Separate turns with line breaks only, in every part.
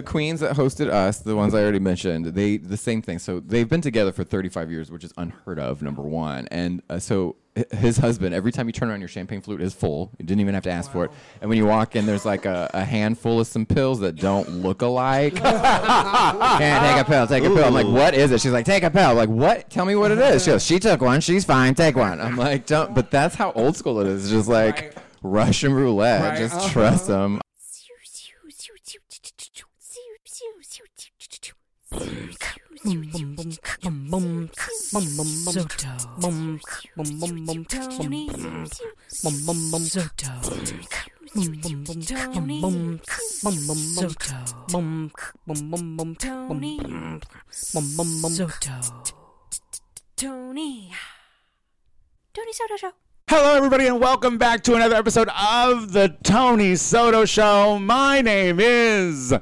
The queens that hosted us, the ones I already mentioned, they the same thing. So they've been together for 35 years, which is unheard of. Number one, and uh, so h- his husband, every time you turn around, your champagne flute is full. You didn't even have to ask for it. And when you walk in, there's like a, a handful of some pills that don't look alike. Can't take a pill. Take a pill. I'm like, what is it? She's like, take a pill. I'm like, what? Tell me what it is. She goes, she took one. She's fine. Take one. I'm like, don't. But that's how old school it is. It's just like
Right.
Russian roulette.
Right.
Just
Uh-huh.
trust them.
Tony. Tony Soto Show.
Hello, everybody, and welcome back to another episode of the Tony Soto Show. My name is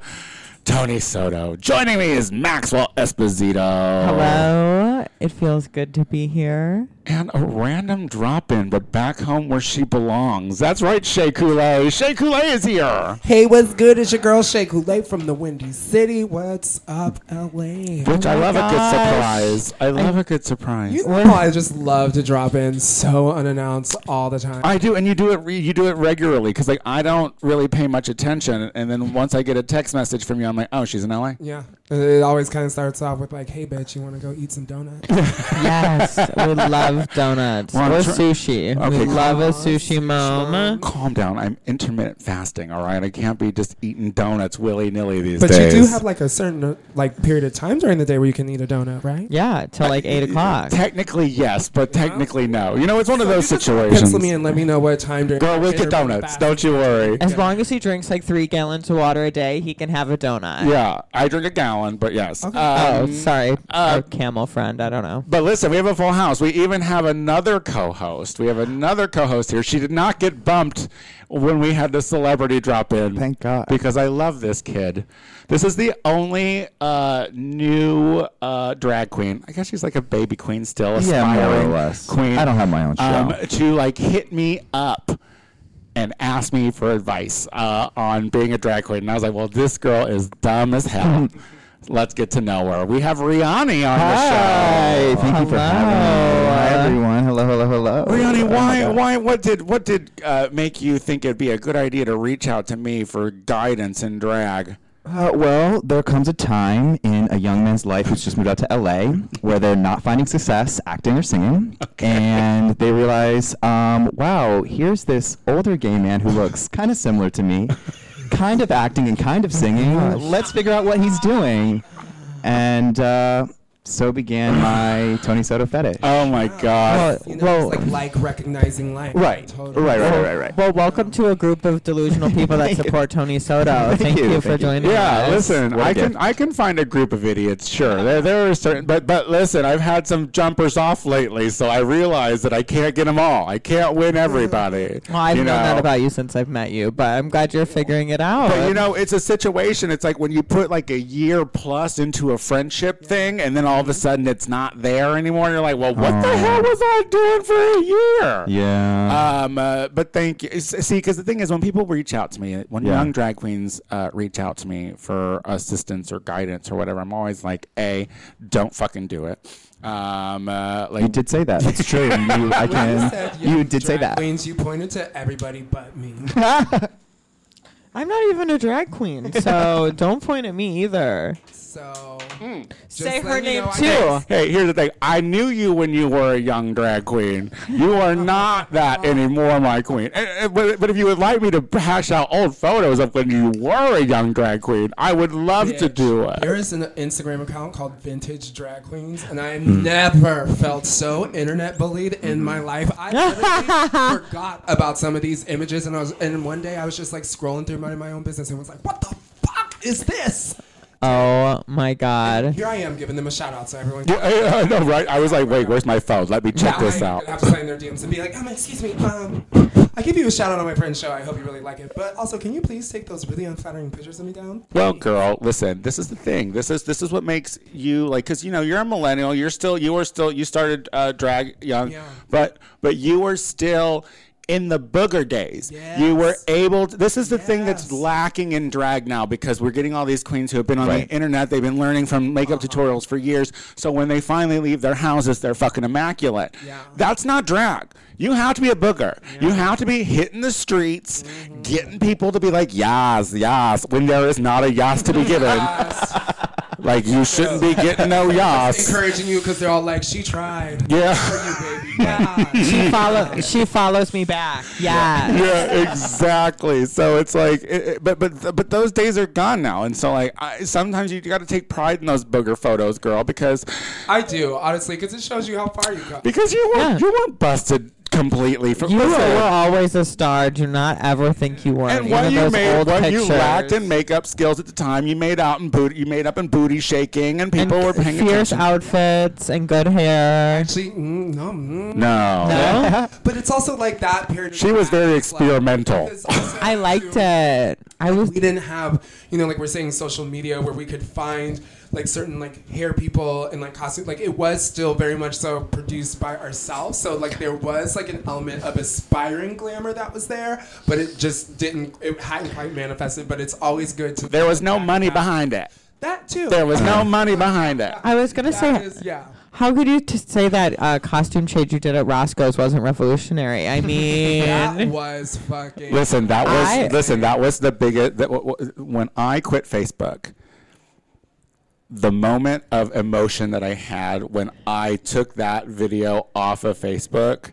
Tony Soto. Joining me is Maxwell Esposito.
Hello. It feels good to be here.
And a random drop in, but back home where she belongs. That's right, Shea Coulee. Shea Coulee is here.
Hey, what's good? It's your girl Shay Coulee from the Windy City. What's up, LA?
Which I love a good
gosh.
surprise. I love a good surprise.
You know, I just love to drop in so unannounced all the time.
I do, and you do it. Re- you do it regularly because, like, I don't really pay much attention, and then once I get a text message from you, I'm like, "Oh, she's in LA."
yeah, it always kind of starts off with like, "Hey, bitch, you want to go eat some donuts?"
Yes, we love donuts
Well, I'm
or
try-
sushi.
Okay,
we
cool.
love a sushi mom.
Calm down. I'm intermittent fasting. All right, I can't be just eating donuts willy nilly these
but
days.
you do have like a certain uh, like period of time during the day where you can eat a donut, right?
Yeah, till like eight o'clock.
Technically, yes, but technically, no. You know, it's one of those situations.
Pencil me and let me know what time during.
Girl,
the
we'll get
day you're
donuts.
back.
Don't you worry.
As long as he drinks like three gallons of water a day, he can have a donut.
Yeah, I drink a gallon, but yes.
Oh,
Um,
sorry,
uh,
our camel friend. I don't know.
But listen, we have a full house. We even have another co-host. We have another co-host here. She did not get bumped when we had the celebrity drop in.
Thank God.
Because I love this kid. This is the only uh, new uh, drag queen. I guess she's like a baby queen still,
Yeah,
aspiring
more or less.
queen.
I don't have my own show.
Um, to like hit me up and ask me for advice uh, on being a drag queen. And I was like, well, this girl is dumb as hell. Let's get to know her. We have Rihanni on
Hi,
the show.
thank you for having me. Hi, everyone. Hello, hello, hello.
Rihanni,
Oh my
why,
God.
why, what did, what did uh, make you think it'd be a good idea to reach out to me for guidance in drag?
Uh, well, there comes a time in a young man's life who's just moved out to LA where they're not finding success acting or singing, and they realize, um, wow, here's this older gay man who looks kind of similar to me, kind of acting and kind of singing. Let's figure out what he's doing, and uh, so began my Tony Soto fetish.
Oh my God!
You know, it's like, like recognizing life.
right,
Totally.
right, right, right, right.
Well, welcome to a group of delusional people that support Tony Soto. Thank, you,
you,
for
thank you.
joining us.
yeah, listen,
What a
I can,
gift.
I can find a group of idiots. Sure, there, there are certain, but, but listen, I've had some jumpers off lately, so I realize that I can't get them all. I can't win everybody.
Mm-hmm. Well, I've
you
known that
know?
about you since I've met you, but I'm glad you're figuring it out.
But you know, it's a situation. It's like when you put like a year plus into a friendship thing, and then all
Mm-hmm.
of a sudden it's not there anymore. You're like, well, what the hell was I doing for a year?
Yeah.
Um, uh, but thank you. S- See, because the thing is, when people reach out to me, when
Yeah.
young drag queens uh, reach out to me for assistance or guidance or whatever, I'm always like, a, don't fucking do it. Um, uh, like,
You did say that. That's true. You, I can.
Said,
You did say
drag
that.
Queens, you pointed to everybody but me.
I'm not even a drag queen, so don't point at me either.
So just
Say her
let me
name
know I
too.
Hey, here's the thing. I knew you when you were a young drag queen. You are not that anymore, my queen. And- and- But, but if you would like me to hash out old photos of when you were a young drag queen, I would love to
Bitch.
do it.
There is an Instagram account called Vintage Drag Queens, and I
Hmm.
never felt so internet bullied
Mm-hmm.
in my life. I literally forgot about some of these images, and I was, and one day I was just like scrolling through my, my own business and was like, "What the fuck is this?"
Oh my god.
Here I am giving them a shout out, so everyone.
Yeah, I, I know, right? I was like, wait, where's my phone? Let me check
Yeah,
this
I
out.
Have to sign their DMs and be like, um, excuse me, um, I give you a shout out on my friend's show. I hope you really like it, but also, can you please take those really unflattering pictures of me down?
Well, girl, listen. This is the thing. This is this is what makes you like because you know you're a millennial. You're still you are still you started uh, drag young,
Yeah.
but but you are still in the booger days. You were
Yes.
able to, this is the thing that's
Yes.
lacking in drag now because we're getting all these queens who have been on
Right.
the internet, they've been learning from makeup
Uh-huh.
tutorials for years. So when they finally leave their houses, they're fucking immaculate.
Yeah.
That's not drag. You have to be a booger. You have to be hitting the streets,
Mm-hmm.
getting people to be like, yas, yas, when there is not a yas to be given. like, you shouldn't be getting no yas.
Encouraging you because they're all like, she tried.
Yeah.
You baby. Yeah.
She follow. She follows me back. Yeah.
yeah, exactly. So it's like, it, it- but but but those days are gone now, and so like I, sometimes you got to take pride in those booger photos, girl, because
I do, honestly, because it shows you how far you got.
because you weren't
Yeah.
you weren't busted completely from
You
listen,
were always a star. Do not ever think you weren't.
And what
Even
you
those
made,
old
what you
pictures.
lacked in makeup skills at the time, you made out in booty, you made up in booty shaking, and people were paying
fierce
attention.
outfits and good hair.
Actually, mm, no, mm.
no.
No?
But it's also like that period. of
She was
time
very
is, like,
experimental.
because also,
I liked
too,
it. I was.
We didn't have, you know, like we're saying social media where we could find like certain like hair people and like costume. Like it was still very much so produced by ourselves. So like there was like an element of aspiring glamour that was there, but it just didn't, it hadn't quite manifested. But it's always good to.
There was no money behind it.
That too.
There was no money behind it.
I was gonna say.
That is, yeah.
How could you t- say that uh, costume change you did at Roscoe's wasn't revolutionary? I
That
mean,
was fucking.
Listen, that was
I-
listen, that was the biggest. That, w- w- when I quit Facebook, the moment of emotion that I had when I took that video off of Facebook,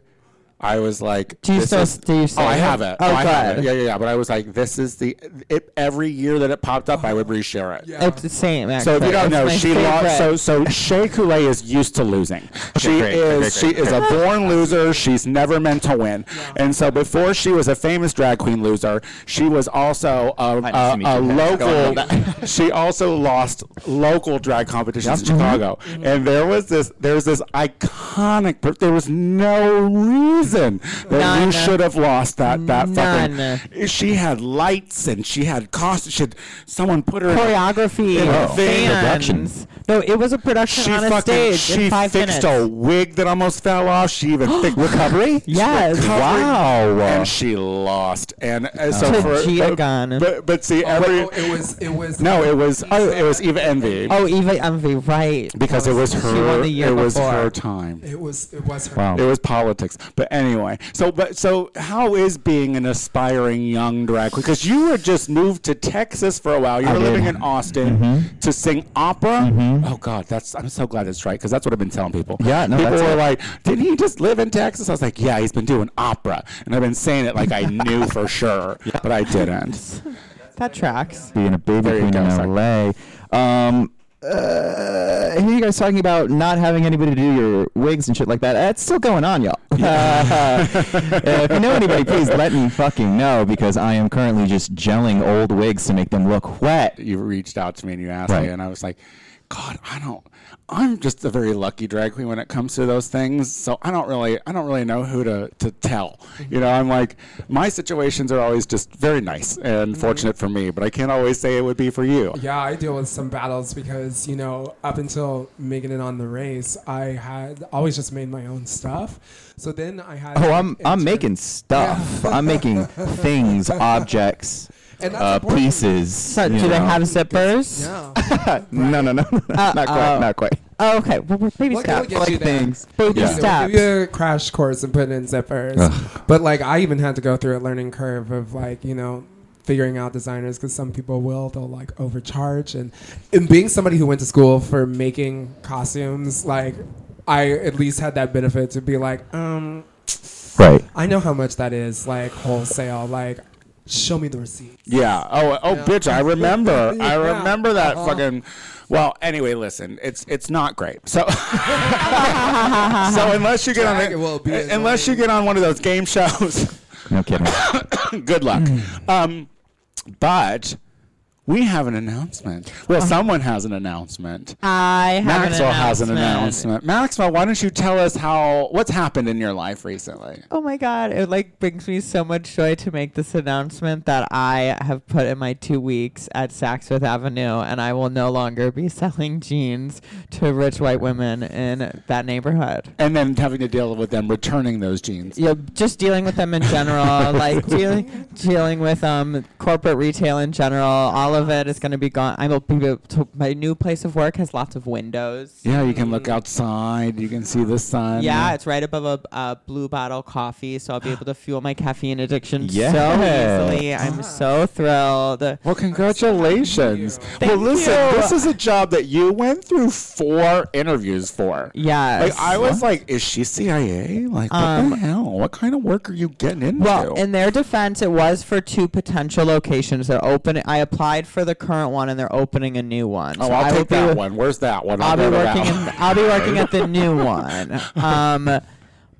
I was like,
Do you
this
still-
is-
do you still
Oh, I
have
have
it?
it.
Oh,
I have
good.
it. Yeah, yeah, yeah. But I was like, this is the. It, every year that it popped up, I would reshare it.
Yeah.
it's the same. Actually.
So if you don't
It's
know,
my
she lost. So
favorite.
so Shay Coulee is used to losing. she
great,
is
great,
she is a born loser. She's never meant to win. And so before she was a famous drag queen loser, she was also a,
Hi, nice to
a,
meet
a
you. Going on
local. she also lost local drag competitions in Chicago.
Mm-hmm.
And there was this there was this iconic. per- There was no reason that you
None.
should have lost that that
None.
fucking. She had lights and she had cost. She had, someone put her in a-
choreography,
in a thing.
Production.
fans. No, it was a production
she
on a
fucking
stage
she
in five
fixed
minutes.
a wig that almost fell off. She even fixed recovery.
Yes.
Recovery.
Wow.
And she lost. And uh, so
To
for
Gia
but-
Gunn.
But, but see every
Oh, it was. It was.
no, it was oh, it was Eva Envy
Oh, Eva Envy, right?
because it was her
won the year
it was
before.
her time.
It was. It was her.
It was politics, but anyway. So, but so, how is being an aspiring young drag queen? Because you were just moved to Texas for a while. You were living in Austin
Mm-hmm.
to sing opera. Oh God, that's I'm so glad it's right because that's what I've been telling people.
Yeah, no,
people
that's
were
it.
like, "Didn't he just live in Texas?" I was like, "Yeah, he's been doing opera," and I've been saying it like I knew for sure, but I didn't.
That tracks.
being a baby
There you
queen
go,
in
sorry.
LA. Um, uh, I hear you guys talking about not having anybody to do your wigs and shit like that. That's still going on, y'all. Uh, if you know anybody, please let me fucking know because I am currently just gelling old wigs to make them look wet.
You reached out to me and you asked me,
Right.
and I was like. God, I don't. I'm just a very lucky drag queen when it comes to those things. So I don't really, I don't really know who to, to tell. You know, I'm like, my situations are always just very nice
Mm-hmm.
and fortunate for me, but I can't always say it would be for you.
Yeah, I deal with some battles because, you know, up until making it on the race, I had always just made my own stuff. So then I had.
Oh, I'm I'm
intern-
making stuff. I'm making things, objects,
And that's
uh,
important.
pieces.
So,
you
do they
know.
have zippers?
Yeah.
No, no, no, no, not quite,
Uh,
oh.
not quite.
Oh, okay. Well, we're baby
We'll-
steps.
we'll get you
Like
there.
things.
Baby
Yeah.
We'll
steps.
give you a crash course and put in zippers. But, like, I even had to go through a learning curve of, like, you know, figuring out designers because some people will, they'll, like, overcharge. And, and being somebody who went to school for making costumes, like, I at least had that benefit to be like, um,
Right.
I know how much that is, like wholesale. Like, show me the receipt.
Yeah. Oh, oh, bitch, I remember. I
Yeah.
remember that fucking. Well, anyway, listen, it's it's not great. So, so unless you get on,
Drag
a-
will be
unless you get on one of those game shows.
No kidding.
good luck. um, but We have an announcement. Well, someone has an announcement.
I have
Maxwell
an
has an announcement.
announcement.
Maxwell, why don't you tell us how what's happened in your life recently?
Oh my god, it like brings me so much joy to make this announcement that I have put in my 2 weeks at Saks Fifth Avenue and I will no longer be selling jeans to rich white women in that neighborhood.
And then having to deal with them returning those jeans.
you know, just dealing with them in general, like dealing dealing with um corporate retail in general. All of it is going to be gone. I will be able to, my new place of work has lots of windows.
Yeah, you can look outside. You can see the sun.
Yeah, it's right above a, a blue bottle coffee, so I'll be able to fuel my caffeine addiction
Yeah.
so easily.
Ah.
I'm so thrilled.
Well, congratulations.
Thank
well, listen,
you.
this is a job that you went through four interviews for.
Yes. Um,
Like I was like, is she CIA? Like what the hell? What kind of work are you getting into?
Well, in their defense, it was for two potential locations. They're open. I applied for the current one, and they're opening a new one.
oh,
So I
I'll
will
take
be
that
with-
one. Where's that one?
I'll be
go to that
working.
one.
In, I'll be working at the new one. Um,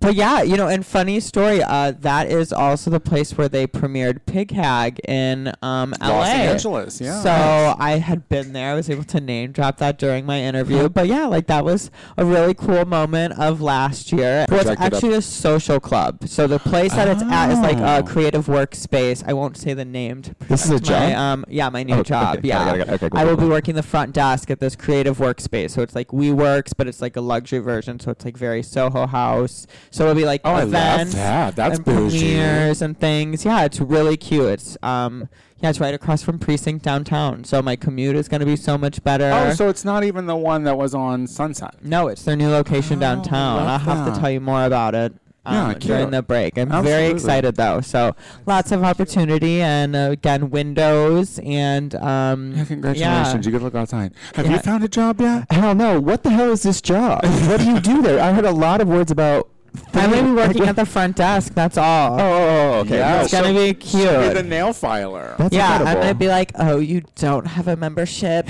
but yeah, you know, and funny story. Uh, that is also the place where they premiered Pig Hag in um, L.A.
Los Angeles, yeah.
So I had been there. I was able to name drop that during my interview. But yeah, like that was a really cool moment of last year. Well, it's
Projected up.
actually a social club. So the place that it's at is like
Oh.
a creative workspace. I won't say the name. To
This is a
protect
job?
My, um, yeah, my new
Oh, okay.
job.
Got it,
yeah,
got it, got it. Okay, cool,
I
cool,
will be
cool.
working the front desk at this creative workspace. So it's like WeWorks, but it's like a luxury version. So it's like very Soho House. So it'll be like
Oh, I love
events
that. That's
and
bougie.
premieres and things. Yeah, it's really cute. It's um, yeah, it's right across from Precinct downtown. So my commute is gonna be so much better.
Oh, so it's not even the one that was on Sunset.
no, it's their new location downtown.
Oh, love
I'll have
that.
to tell you more about it.
Yeah,
Um,
cute.
during the break, I'm very
Absolutely.
excited though. So lots of opportunity, and uh, again, windows and um,
Yeah, congratulations.
yeah.
You could look outside. Have you
Yeah.
found a job yet?
Hell no. What the hell is this job? what do you do there? I heard a lot of words about.
I'm gonna be working at the front desk. That's all.
Oh, okay.
Yeah,
It's gonna be
she'll be
cute.
the nail filer.
That's
yeah,
incredible.
I'm gonna be like, oh, you don't have a membership.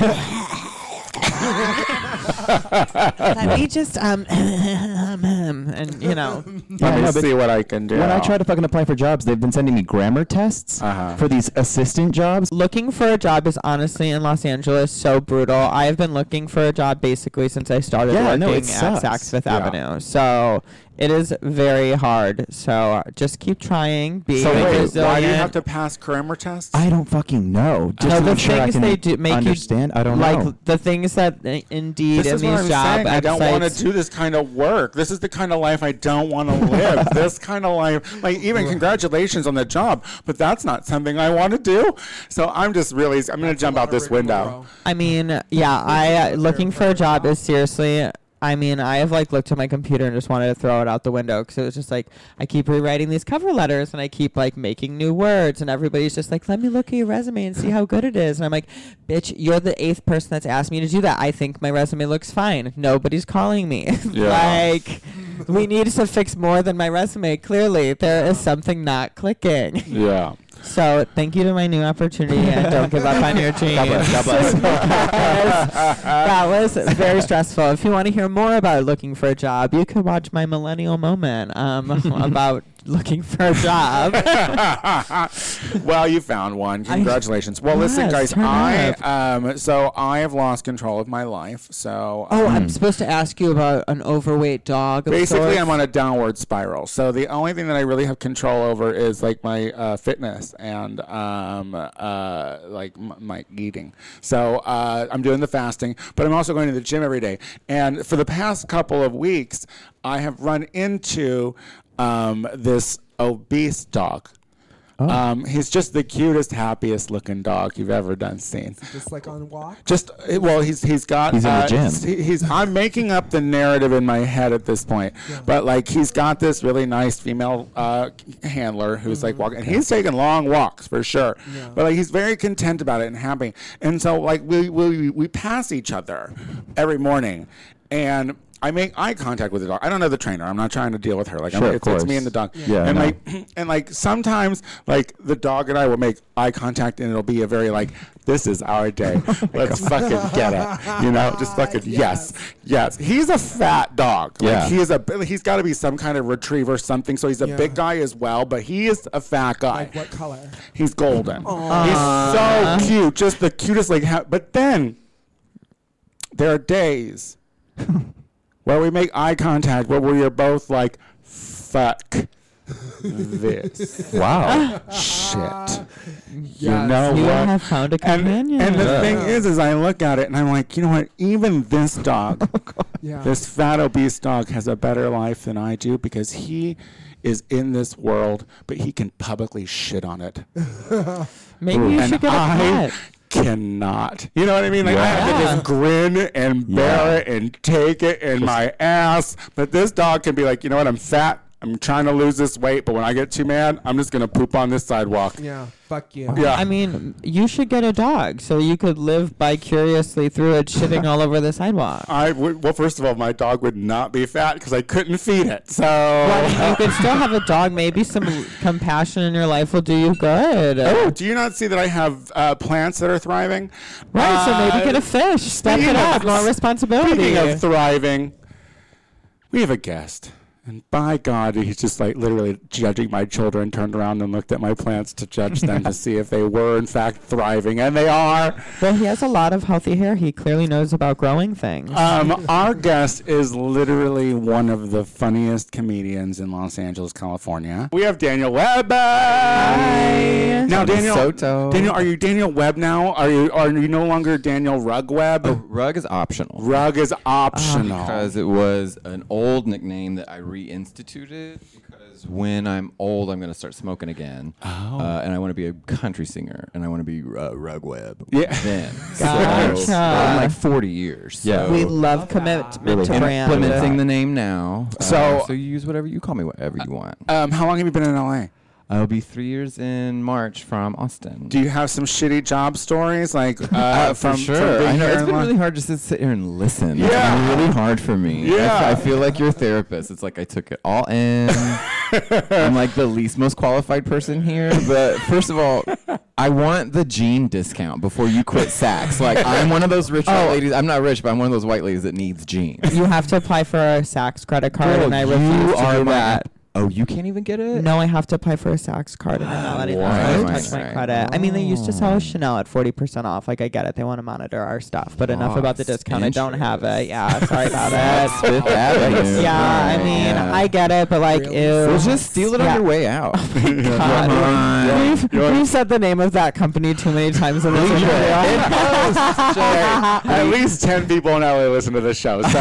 Let me just um, and you know,
Yeah,
Let me
no, but
see what I can do.
When I try to fucking apply for jobs, they've been sending me grammar tests
Uh-huh.
for these assistant jobs.
looking for a job is honestly in Los Angeles so brutal. I have been looking for a job basically since I started
Yeah,
working
no, it
at
sucks.
Saks Fifth
Yeah.
Avenue. So it is very hard. So just keep trying. Be
so wait,
resilient.
why do you have to pass grammar tests?
I don't fucking know. Just
No,
to
the
make sure I
things
can
they do make you
understand. I don't
like
know.
the things that uh, Indeed
this
and
is what
these
I'm
job
saying. I don't want to
websites-
do this kind of work. This is the kind of life I don't want to live. this kind of life, like even congratulations on the job, but that's not something I want to do. So I'm just really, I'm going to jump out this window.
I mean, yeah, I uh, looking for a job is seriously. I mean, I have like looked at my computer and just wanted to throw it out the window because it was just like I keep rewriting these cover letters and I keep like making new words and everybody's just like, "Let me look at your resume and see how good it is." And I'm like, "Bitch, you're the eighth person that's asked me to do that. I think my resume looks fine. Nobody's calling me. like, we need to fix more than my resume. Clearly, there is something not clicking."
Yeah.
So thank you to my new opportunity and don't give up on your dreams. that was very stressful. If you want to hear more about looking for a job, you can watch my millennial moment um, about looking for a job.
well, you found one. Congratulations. well, listen,
Yes,
guys.
turn
I
up.
um, so I have lost control of my life. So
oh, I'm supposed to ask you about an overweight dog. of
basically
sorts.
i'm on a downward spiral so the only thing that i really have control over is like my uh, fitness and um, uh, like m- my eating so uh, i'm doing the fasting but i'm also going to the gym every day and for the past couple of weeks i have run into um, this obese dog um, he's just the cutest, happiest looking dog you've ever done seen.
Just like on walk.
Just eh, well, he's he's got.
He's in the
uh,
gym.
he- He's. I'm making up the narrative in my head at this point, but like he's got this really nice female uh, handler who's like walking. And he's taking long walks for sure, but like he's very content about it and happy. And so like we we we pass each other every morning, and. I make eye contact with the dog. I don't know the trainer. I'm not trying to deal with her. Like I'm,
Sure, of
it's, it's me
course.
and the dog.
Yeah. Yeah,
and
no.
like and like sometimes like the dog and I will make eye contact and it'll be a very like this is our day. Let's fucking get it. You know, just fucking yes. yes, He's a fat dog.
Yeah.
Like he is a he's got to be some kind of retriever something. So he's a
Yeah.
big guy as well, but he is a fat guy.
Like what color?
He's golden. He's so cute, just the cutest. Like, ha- but then there are days where we make eye contact, where we are both like, "Fuck this
Wow.
shit."
Yes.
You know
You
what?
have found a
and,
companion.
and the
Yeah.
thing is, is I look at it and I'm like, you know what? Even this dog,
Yeah.
this fat obese dog, has a better life than I do because he is in this world, but he can publicly shit on it.
Maybe you
and
should get
I
a pet.
cannot. You know what I mean? Like I have to
Yeah.
just grin and bear
Yeah.
it and take it in my ass. But this dog can be like, you know what? I'm fat. I'm trying to lose this weight, but when I get too mad, I'm just gonna poop on this sidewalk. Yeah.
Yeah. Fuck you.
I mean, you should get a dog so you could live bicuriously through it, shitting all over the sidewalk.
I would, well, first of all, my dog would not be fat because I couldn't feed it. So
Well, I mean, you could still have a dog. Maybe some compassion in your life will do you good.
Oh, do you not see that I have uh, plants that are thriving?
Right, so
Uh,
maybe get a fish. Step
speaking
it up.
of-
More responsibility.
Speaking of thriving, we have a guest. And by God, he's just like literally judging my children, turned around and looked at my plants to judge them to see if they were, in fact, thriving. And they are.
well, he has a lot of healthy hair. He clearly knows about growing things.
Um, our guest is literally one of the funniest comedians in Los Angeles, California. We have Daniel Webb. Now,
Tony
Daniel,
Soto.
Daniel, are you Daniel Webb now? Are you are you no longer Daniel Rug Webb?
Rug is optional.
Rug is optional.
Oh. because it was an old nickname that I reinstituted because when I'm old, I'm going to start smoking again. Uh, and I want to be a country singer and I want to be uh, rug web.
Yeah.
Then.
Gotcha.
So, in like 40 years.
Yeah.
So
we love commitment to brand.
implementing the name now. Uh,
So-
so you use whatever you call me, whatever you want.
Um, how long have you been in LA?
I'll be three years in March from Austin.
Do you have some shitty job stories like uh, from, from being
I know
here
it's
in
been
Lo-
really hard just to sit here and listen.
Yeah.
It's been really hard for me. I-
Yeah.
I, feel like your therapist. It's like I took it all in. I'm like the least most qualified person here, but first of all, I want the gene discount before you quit Saks. Like I'm one of those rich
Oh.
white ladies. I'm not rich, but I'm one of those white ladies that needs jeans.
you have to apply for a Saks credit card, and I
you
refuse to
are
do
my-
that.
Oh, you can't even get it.
No, I have to apply for a Saks card, and they're not letting
Why?
us
Right,
touch my
right.
credit. I mean, they used to sell us Chanel at forty percent off. Like, I get it; they want to monitor our stuff. But enough about the
Lost
discount. I don't have it.
interest.
Yeah, sorry about
That's
it.
Fifth Avenue.
Yeah, I
Right,
mean,
yeah.
I get it, but like,
Really?
ew.
We'll just steal it on
Yeah. Oh
your way out.
God.
Come on.
We've, we've said the name of that company too many times in this
Leave
video.
it.
At least ten people in LA listen to this show, so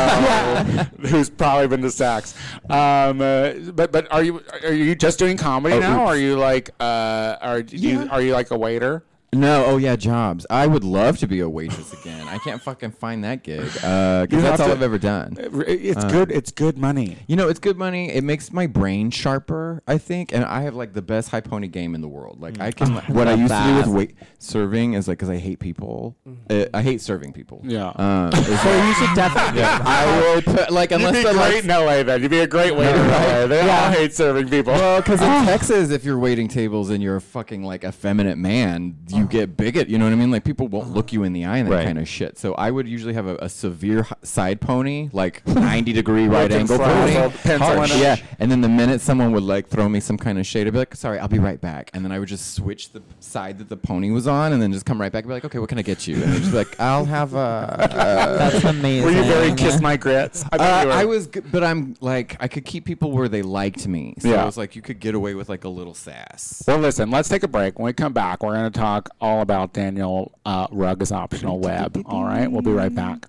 who's probably been to Saks. Um, uh, but but are you are you just doing comedy now? Or are you like uh, are you are you like a waiter?
No, oh yeah, jobs. I would love to be a waitress again. I can't fucking find that gig because
You have
that's all
to-
I've ever done.
It's good. It's good money.
You know, it's good money. It makes my brain sharper, I think, and I have like the best high pony game in the world. Like I can.
Mm.
what I
love
used to
that.
do with wait serving is like because I hate people. Uh, I hate serving people.
Mm-hmm. Yeah.
Um, is-
So you should definitely.
I will put like
You'd
unless
be
they're
great
like
in LA then. You'd be a great waiter. in LA. They all hate serving people.
Well, because in Texas, if you're waiting tables and you're a fucking like effeminate man, you get bigot. You know what I mean? Like people won't look you in the eye and that
Right.
kind of shit. So I would usually have a, a severe h- side pony, like 90 degree right
Looking
angle
for a
pony.
little pencil
Harsh,
in it.
yeah. And then the minute someone would like throw me some kind of shade, I'd be like, "Sorry, I'll be right back." And then I would just switch the side that the pony was on, and then just come right back and be like, "Okay, what can I get you?" And they'd just be like, "I'll have a."
That's amazing.
Were you very kiss my grits? I, bet
Uh,
you were.
I was, g- but I'm like, I could keep people where they liked me. So
Yeah.
it was like you could get away with like a little sass.
Well, listen, let's take a break. When we come back, we're going to talk all about Daniel uh, Rugg is optional web. All right, we'll be right back.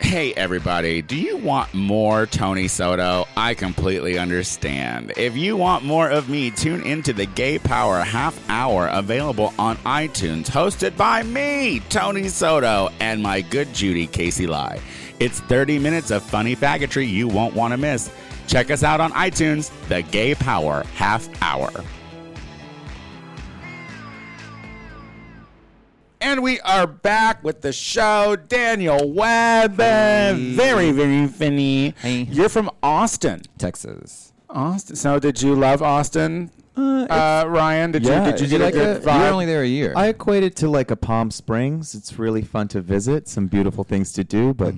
Hey, everybody, do you want more Tony Soto? I completely understand. If you want more of me, tune into the Gay Power Half Hour available on iTunes, hosted by me, Tony Soto, and my good Judy, Casey Lai. It's 30 minutes of funny faggotry you won't want to miss. Check us out on iTunes, the Gay Power Half Hour. And we are back with the show. Daniel Webber. Very, very funny.
Hey.
You're from Austin.
Texas.
Austin. So did you love Austin? Uh, Ryan, did
yeah,
you did you
it's
get
like
a good
a-
vibe?
You were only there a year.
I equate it to like a Palm Springs. It's really fun to visit, some beautiful things to do, but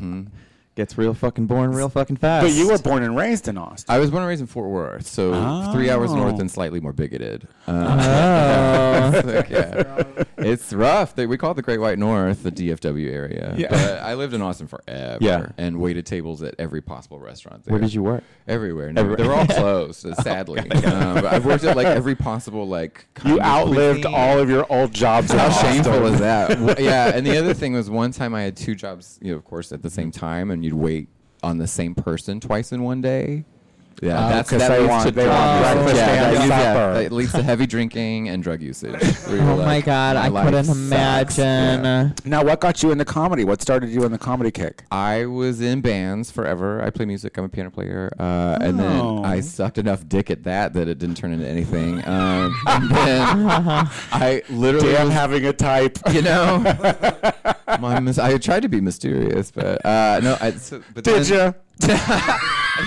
gets real fucking boring real fucking fast.
Mm-hmm. but you were born and raised in Austin.
I was born and raised in Fort Worth, so three hours north and slightly more bigoted. Uh,
Oh
it's like, yeah. It's rough. They, we call it the Great White North, the DFW area.
Yeah.
But I lived in Austin forever
Yeah.
and waited tables at every possible restaurant there.
Where did you work?
Everywhere. No, They were all closed, uh, sadly. Um, but I've worked at like every possible like. kind
You
of
outlived
cuisine.
all of your old jobs. in
How
Austin.
shameful is that? W- yeah. And the other thing was one time I had two jobs, you know, of course, at the same time, and you'd wait on the same person twice in one day. Uh, Yeah,
Oh,
that's
'cause
that
they
leads
want-
to
they
drug
want
use.
breakfast
yeah,
and
that-
supper.
that leads to heavy drinking and drug usage.
Oh my god, I couldn't imagine.
Now, what got you into comedy? What started you on the comedy kick?
I was in bands forever. I play music. I'm a piano player. Uh, And then I sucked enough dick at that that it didn't turn into anything. Um, and then I literally
Damn,
was-
having a type.
you know. My mis- I tried to be mysterious, but uh, no. I, so, but
Did
then-
you?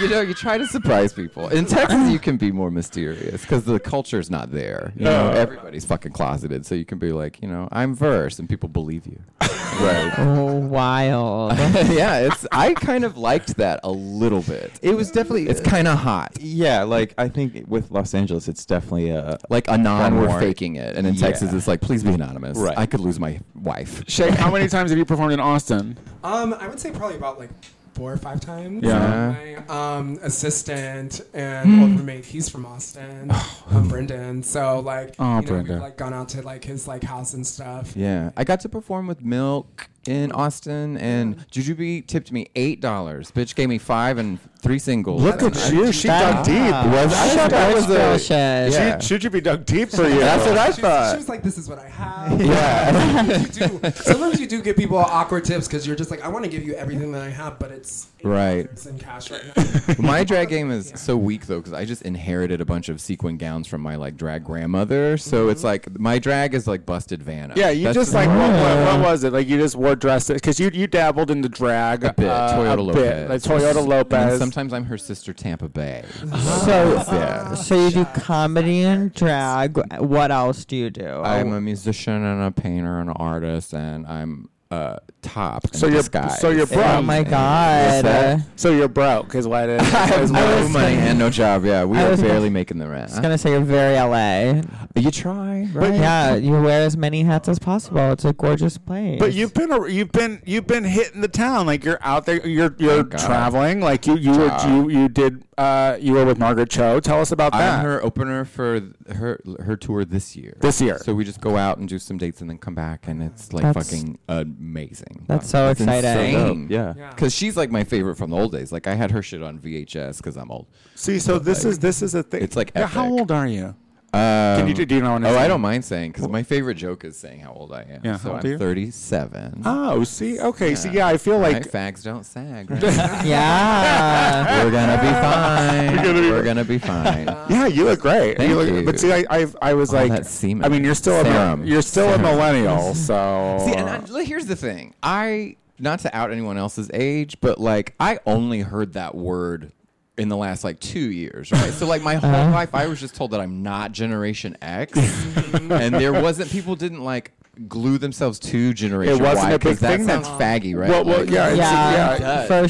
you know, you try to surprise people. In Texas, you can be more mysterious because the culture's not there. You know, everybody's fucking closeted, so you can be like, you know, I'm verse, and people believe you. right.
Oh, wild.
yeah, it's. I kind of liked that a little bit.
It was definitely
It's kind of hot.
yeah, like I think with Los Angeles, it's definitely a
Like anon,
Fun
we're
warrant.
faking it, and in Texas,
Yeah.
it's like, please be anonymous.
Right.
I could lose my wife.
Shay, how many times have you performed in Austin?
Um, I would say probably about like four or five times.
Oh,
Yeah. Hmm.
My um, assistant and old roommate, he's from Austin. um, Brendan. So like,
Oh,
you know,
Brendan.
we've like gone out to like his like house and stuff.
Yeah, I got to perform with Milk in Austin, and Jujubee tipped me eight dollars. Bitch gave me five and three singles.
Look
And
at you. She dug deep.
ah,
Was- I thought that was a-
Bullshit.
Yeah.
She, should you be dug deep for you?
That's what I
She was, she
thought.
was like, "This is what I have." Yeah. sometimes, you do, sometimes you do give people awkward tips because you're just like, "I want to give you everything that I have, but it's $8
Right.
in cash right now."
My drag game is so weak though, because I just inherited a bunch of sequin gowns from my like drag grandmother.
Mm-hmm.
So it's like my drag is like busted Vanna.
Yeah, you
That's
just like what, what, what was it? Like you just wore dresses because you you dabbled in the drag
a bit
uh,
Toyota
a
Lopez,
bit, like Toyota
And
Lopez. Oh.
then sometimes I'm her sister Tampa Bay.
So,
Yeah.
so you do comedy and drag. What else do you do?
I'm a musician and a painter and an artist, and I'm uh, top. in
So you're-
disguise.
so you're broke.
oh my god.
so, so you're broke is what it is.
I have no money and no job. Yeah, we
I
were
was
barely
gonna-
making the rent.
I was gonna say you're very LA.
you try, right?
yeah, you wear as many hats as possible. It's a gorgeous place.
But you've been a, you've been you've been hitting the town like you're out there you're you're
Oh, God.
traveling like you you were you you did uh you were with Margaret Cho tell us about that
I'm her opener for th- her her tour this year.
This year.
So we just go out and do some dates and then come back, and it's like
That's-
fucking amazing.
that's so exciting.
Insane.
yeah.
Yeah.
Because she's like my favorite from the old days. Like I had her shit on VHS because I'm old.
see so this is this is a thing
It's like
Yeah, how
epic.
old are you
Um,
you do- do you know what I'm
Oh, I
saying?
don't mind saying because my favorite joke is saying how old I am.
Yeah, how
so
old
I'm
are you?
37.
oh see okay see yeah I feel like
Right? fags don't sag. right?
yeah.
We're gonna be fine. We're gonna be fine.
Yeah, you look great.
Thank
you look,
you.
But see, I, I, I was
All
like,
that semen.
I mean, you're still a
Serum.
you're still a millennial, so
See, and I, li- here's the thing. I not to out anyone else's age, but like I only heard that word in the last like two years, right? so like my whole life, I was just told that I'm not Generation X, and there wasn't people didn't like glue themselves to Generation
It wasn't
Y
a big
that
thing then.
sounds faggy, right?
well, well,
Like,
yeah, it's, yeah.
yeah, for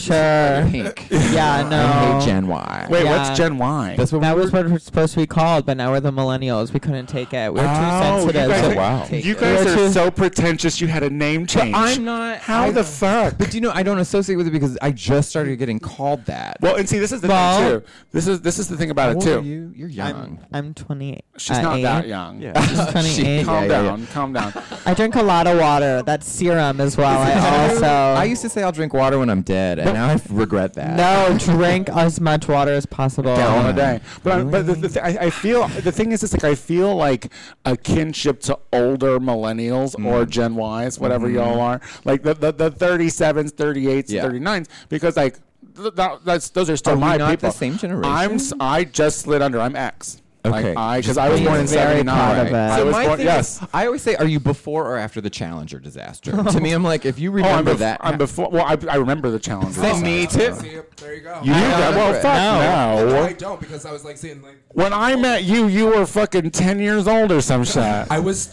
sure.
pink.
Yeah, no.
I hate Gen Y.
Wait,
Yeah.
what's Gen Y?
that's what
That
we
was what it was supposed to be called, but now we're the millennials. We couldn't take it. We We're
Oh,
too sensitive.
You guys,
so
are,
wow.
you
it.
guys
We're
are
too-
so pretentious. You had a name change.
I'm not-
How
I-
the fuck?
But do you know I don't associate with it because I just started getting called that.
Well, and see, this is the
Well-
thing too. This is this is the thing about
How
it
old are
too.
you? You're young.
I'm 28.
She's not that young.
She's 28.
Calm
yeah, yeah.
down. Calm down.
I drink a lot of water. That's serum as well. I also.
I used to say I'll drink water when I'm dead, and now I regret that.
no, drink as much water as possible.
gallon a day. But I, but the, the, th- I, I feel the thing is, it's like I feel like a kinship to older millennials
Mm-hmm.
or Gen Ys, whatever y'all are, like the the, the 37s, 38s,
Yeah.
39s, because like th- that, that's those are still
Are we
my
not
people.
the same generation?
I'm s- I just slid under. I'm X.
Okay.
Like I, because I was
He's
born in
very
'79.
proud of it.
I
So
was
my
born.
thing
Yes.
is, I always say, are you before or after the Challenger disaster? to me, I'm like, if you
Oh, I'm,
remember
bef-
that,
I'm before. Well, I, I remember the challenge.
Same. Me too.
See, there you go.
You do
don't
that? Well,
remember it.
fuck
No,
no.
I don't because I was like seeing like
When I met you, you were fucking ten years old or some shit.
I was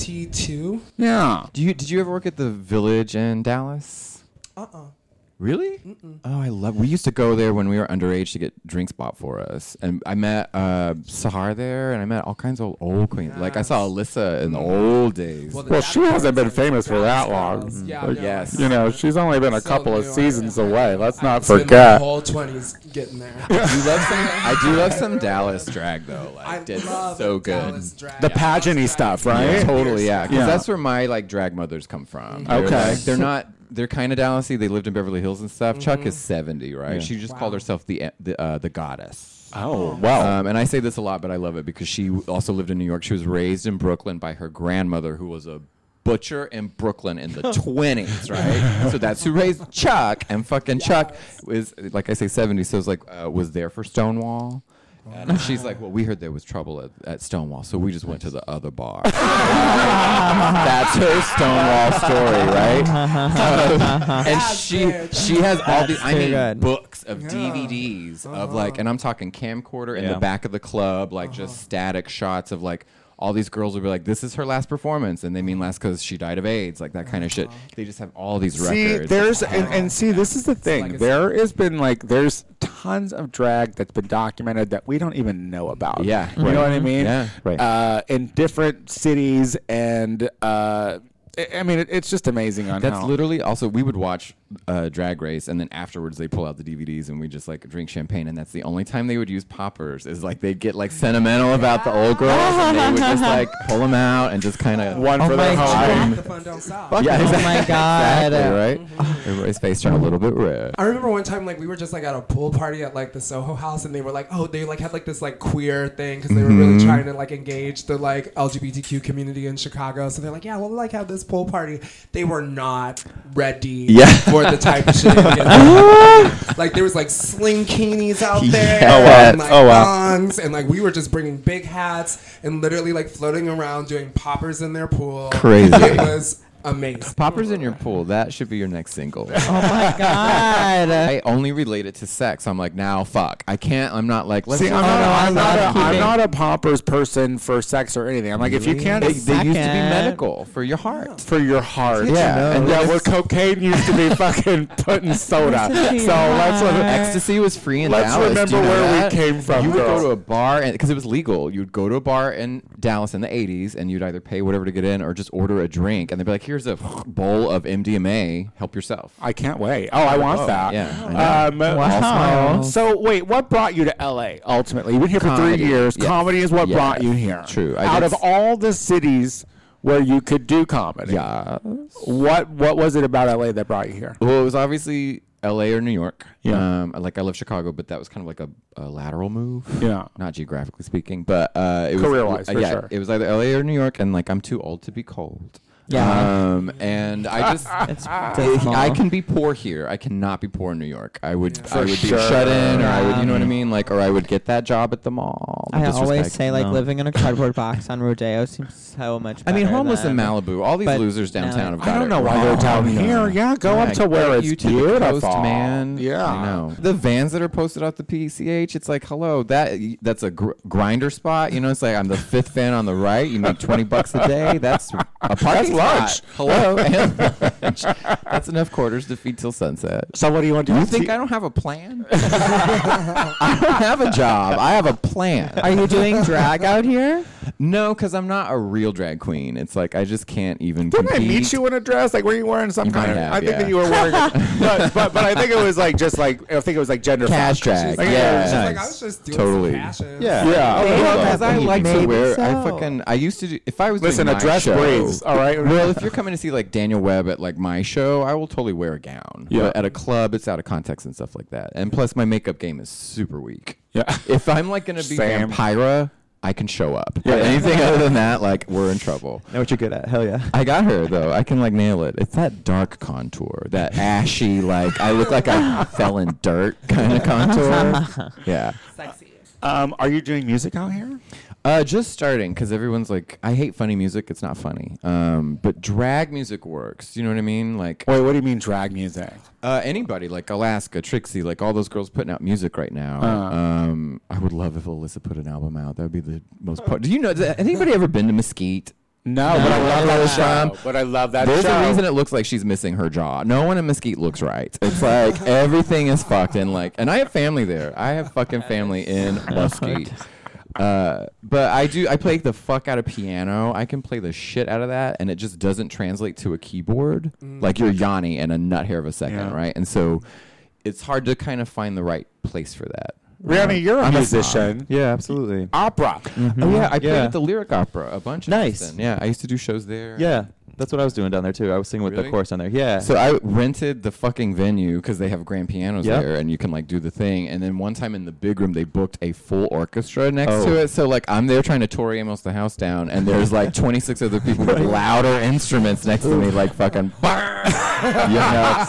22.
Yeah.
do you did you ever work at the Village in Dallas?
Uh-uh.
Really? Oh, I love. We used to go there when we were underage to get drinks bought for us, and I met uh, Sahar there, and I met all kinds of old, old queens. Like I saw Alyssa in the old days.
the
Well, she
Dallas
hasn't been
girls-
famous for that
Dallas
long.
girls. Yeah,
Like,
no,
yes.
it's
You know, she's only been a
so
couple of
new.
seasons away. Let's
I
not
spent My
forget.
whole 20s getting there.
I do love some. I do love some Dallas drag though. Like,
I
it's
love
so good.
Dallas drag.
The pageanty stuff,
Yeah,
right?
totally, yeah. Because
Yeah.
that's where my like drag mothers come from. They're,
Okay.
like, they're not. They're kind of Dallasy. They lived in Beverly Hills and stuff.
Mm-hmm.
Chuck is seventy, right? She just called herself the the uh, the goddess.
Oh wow.
Um, and I say this a lot, but I love it because she also lived in New York. She was raised in Brooklyn by her grandmother, who was a butcher in Brooklyn in the 20s, right? So that's who raised Chuck. And fucking Chuck was, like I say, 70. So it's like, uh, was there for Stonewall? And she's like, well, we heard there was trouble at, at Stonewall, so we just went to the other bar. That's her Stonewall story, right?
Uh-huh.
Um, and she she has all the I
pretty
mean
good.
books of DVDs of like, and I'm talking camcorder in the
Yeah.
back of the club, like just static shots of like all these girls would be like, "This is her last performance," and they mean last because she died of AIDS, like that kind of shit. They just have all these
See,
records.
there's and, and see, this is the thing.
legacy.
There has been like there's tons of drag that's been documented that we don't even know about.
Yeah,
you
right.
know what I mean.
Yeah, right.
Uh, in different cities, and uh, I- I mean, it, it's just amazing on
That's
how-
literally also we would watch uh, Drag Race and then afterwards they pull out the DVDs and we just like drink champagne and that's the only time they would use poppers is like they'd get like sentimental about the old girls and they would just like pull them out and just kind of
one
Oh
for
my
their
God.
home.
The fun don't stop.
yeah
Oh my god.
exactly, right everybody's face turned a little bit red
I remember one time like we were just like at a pool party at like the Soho House, and they were like, oh, they like had like this like queer thing because they were really
Mm-hmm.
trying to like engage the like LGBTQ community in Chicago. So they're like, yeah, we'll like have this pool party. They were not ready
Yeah.
for the type of shit. that- like there was like slinkinis out there,
Yeah. Oh, wow.
and, like,
Oh, wow.
thongs, and like we were just bringing big hats and literally like floating around doing poppers in their pool.
Crazy.
It was amazing.
poppers in your pool that should be your next single
Oh my god.
I only relate it to sex I'm like now fuck I can't I'm not like let's
See, I'm
just- Oh,
not, a, I'm, not
love
a, I'm
keeping-
not a poppers person for sex or anything. I'm like, if you can't,
they, they used to be
Second.
medical for your heart
for your heart.
Yeah.
And yeah,
No,
where cocaine used to be fucking put in soda. so
Listen to your
let's
heart.
ecstasy was free in
Let's
Dallas.
remember
Do you know
where we
that?
came from,
You would
girls.
go to a bar because it was legal. You'd go to a bar in Dallas in the '80s, and you'd either pay whatever to get in or just order a drink, and they'd be like, "Here's a bowl of MDMA. Help yourself."
I can't wait. Oh, I want that.
yeah, I
Um, wow. So wait, what brought you to LA ultimately? You've been here for
Comedy,
three years.
yes.
Comedy is what
Yes,
brought you here.
true. I
Out
did
of
s-
all the cities where you could do comedy,
Yeah.
what what was it about LA that brought you here?
Well, it was obviously L.A. or New York.
Yeah.
Um, like I love Chicago, but that was kind of like a, a lateral move.
Yeah.
Not geographically speaking, but uh, it was
Career-wise,
uh,
for
yeah,
sure.
It was either L.A. or New York, and like I'm too old to be cold.
Yeah.
Um, and I just.
It's
I
dismal.
can be poor here. I cannot be poor in New York. I would, I would
sure.
be shut in, or I would, you know what I mean, like, or I would get that job at the mall. No
I always
disrespect.
say like
No.
living in a cardboard box on Rodeo seems so much.
I mean,
better
homeless in
than-
Malibu. All these
but
losers
no.
downtown have
I
got
don't
it
know why they're
wrong.
down here. Yeah, go up
Like,
to where
get
it's
you to
beautiful,
the coast, man.
Yeah,
I know. The vans that are posted off the PCH, it's like, hello, that that's a gr- grinder spot. You know, it's like I'm the fifth van on the right. You make twenty bucks a day. That's a parking
That's
spot. Hello, and lunch. that's enough quarters to feed till sunset.
So what do you want to do?
You think I don't have a plan? I don't have a job. I have a plan.
Are you doing drag out here?
No, because I'm not a real drag queen. It's like I just can't even.
Didn't I
compete.
meet you in a dress? Like, were you wearing some
You
kind of?
might have,
I think
yeah.
that you were wearing, a, but, but but I think it was like just like I think it was like gender
Cash
fluid.
drag.
Like,
yeah,
it's
She's
just
like, I was just doing
Totally.
some passion.
Yeah.
Yeah. Yeah.
Because I like to
Maybe
wear.
so.
I fucking. I used to do. If I was
Listen,
doing
a
my
dress
show,
breathes. All right.
Well, if you're coming to see like Daniel Webb at like my show, I will totally wear a gown.
Yeah.
But at a club, it's out of context and stuff like that. And plus, my makeup game is super weak.
Yeah.
If I'm like gonna be
Same.
Vampira, I can show up. But anything other than that, like we're in trouble.
Know what you're good at? Hell yeah.
I got her though. I can like nail it. It's that dark contour, that ashy, like I look like I fell in dirt kind of contour. Yeah.
Sexy.
Um, are you doing music out here?
Uh, just starting because everyone's like, I hate funny music. It's not funny. Um, but drag music works. You know what I mean? Like
Wait, what do you mean drag music?
uh, anybody, like Alaska, Trixie, like all those girls putting out music right now. Um, I would love if Alyssa put an album out. That would be the most. Po- Do you know? Has anybody ever been to Mesquite?
No, but I love that show. But I love that
There's
show.
a reason it looks like she's missing her jaw. No one in Mesquite looks right. It's like everything is fucked and like and I have family there. I have fucking family in Mesquite. Uh, but I do I play the fuck out of piano. I can play the shit out of that and it just doesn't translate to a keyboard. Like you're Yanni in a nut hair of a second,
Mm. Yeah.
right? And so it's hard to kind of find the right place for that.
Rihanna, you're a
I'm snob.
musician.
yeah, absolutely.
Opera.
Oh yeah, I played
Mm-hmm. Yeah.
at the Lyric Opera a bunch. in
Nice.
Austin. Yeah, I used to do shows there.
Yeah, that's what I was doing down there too. I was singing with
Really?
the chorus down there. Yeah.
So I rented the fucking venue because they have grand pianos
Yep.
there, and you can like do the thing. And then one time in the big room, they booked a full orchestra next
Oh.
to it. So like I'm there trying to Tori Amos the house down, and there's like 26 other people with louder instruments next to me, like fucking, you know,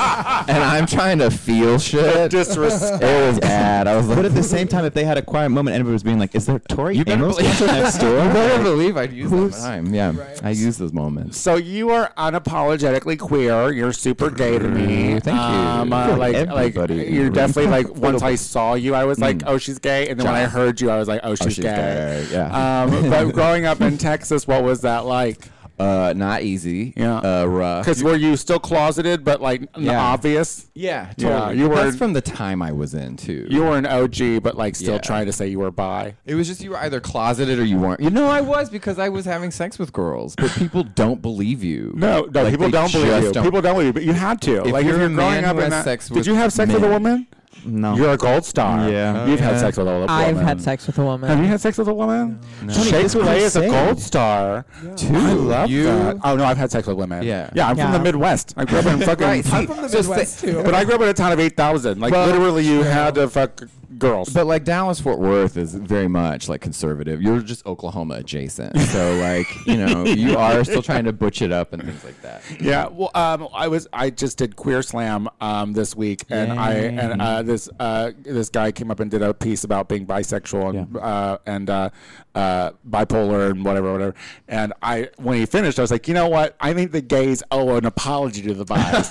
and I'm trying to feel shit.
Disrespect.
it was bad. I was like,
but at the same time, if they had a quiet moment, and everybody was being like, "Is there Tori
you better
Amos
believe-
concert next door?"
I better believe I'd use that
Who's-
time. Yeah,
Right.
I use those moments.
So you are unapologetically queer. You're super gay to me.
Thank you.
Um, uh,
You're
like,
like
like
everybody in the
you're
room.
definitely like. Once I saw you, I was like, "Oh, she's gay," and then when I
Job.
heard you, I was like, "Oh, she's,
she's
gay.
gay, yeah.
Um, but growing up in Texas, what was that like?
Uh, not easy.
Yeah.
Uh, rough.
Because were you still closeted, but like n-
Yeah.
obvious?
Yeah,
Yeah,
totally.
you
That's
were-
from the time I was in too.
You were an OG, but like still
Yeah.
trying to say you were bi.
it was just you were either closeted or you weren't. You know, I was because I was having sex with girls, but people don't believe you.
No, no,
Like,
people
they
don't believe
just
you.
don't.
People don't believe you, but you had to. like
you're
if you're
a
growing
man
up
who
in
has
that,
sex
did
with
you have sex with a
men.
woman?
No.
You're a gold star.
Yeah.
You've had
Yeah. Uh,
sex with a woman.
I've
Um,
had sex with a woman.
Have you had sex with a woman?
Tony,
Shake
this was
Play is a
insane.
gold star.
Two,
I love
you-
that. Oh no, I've had sex with women.
Yeah.
yeah. I'm from
Yeah.
the Midwest. I grew up in fucking.
Right.
I'm from the Midwest too.
But I grew up in a town of eight thousand. Like
Well,
literally, you had to fuck girls.
But like Dallas Fort Worth is very much like conservative. You're just Oklahoma adjacent, so like you know you are still trying to butch it up and things like that.
Yeah, well, um, I was I just did Queer Slam um, this week, and I and uh, this uh, this guy came up and did a piece about being bisexual and uh, and uh, uh, bipolar and whatever, whatever. And I when he finished, I was like, you know what? I think the gays owe an apology to the bis.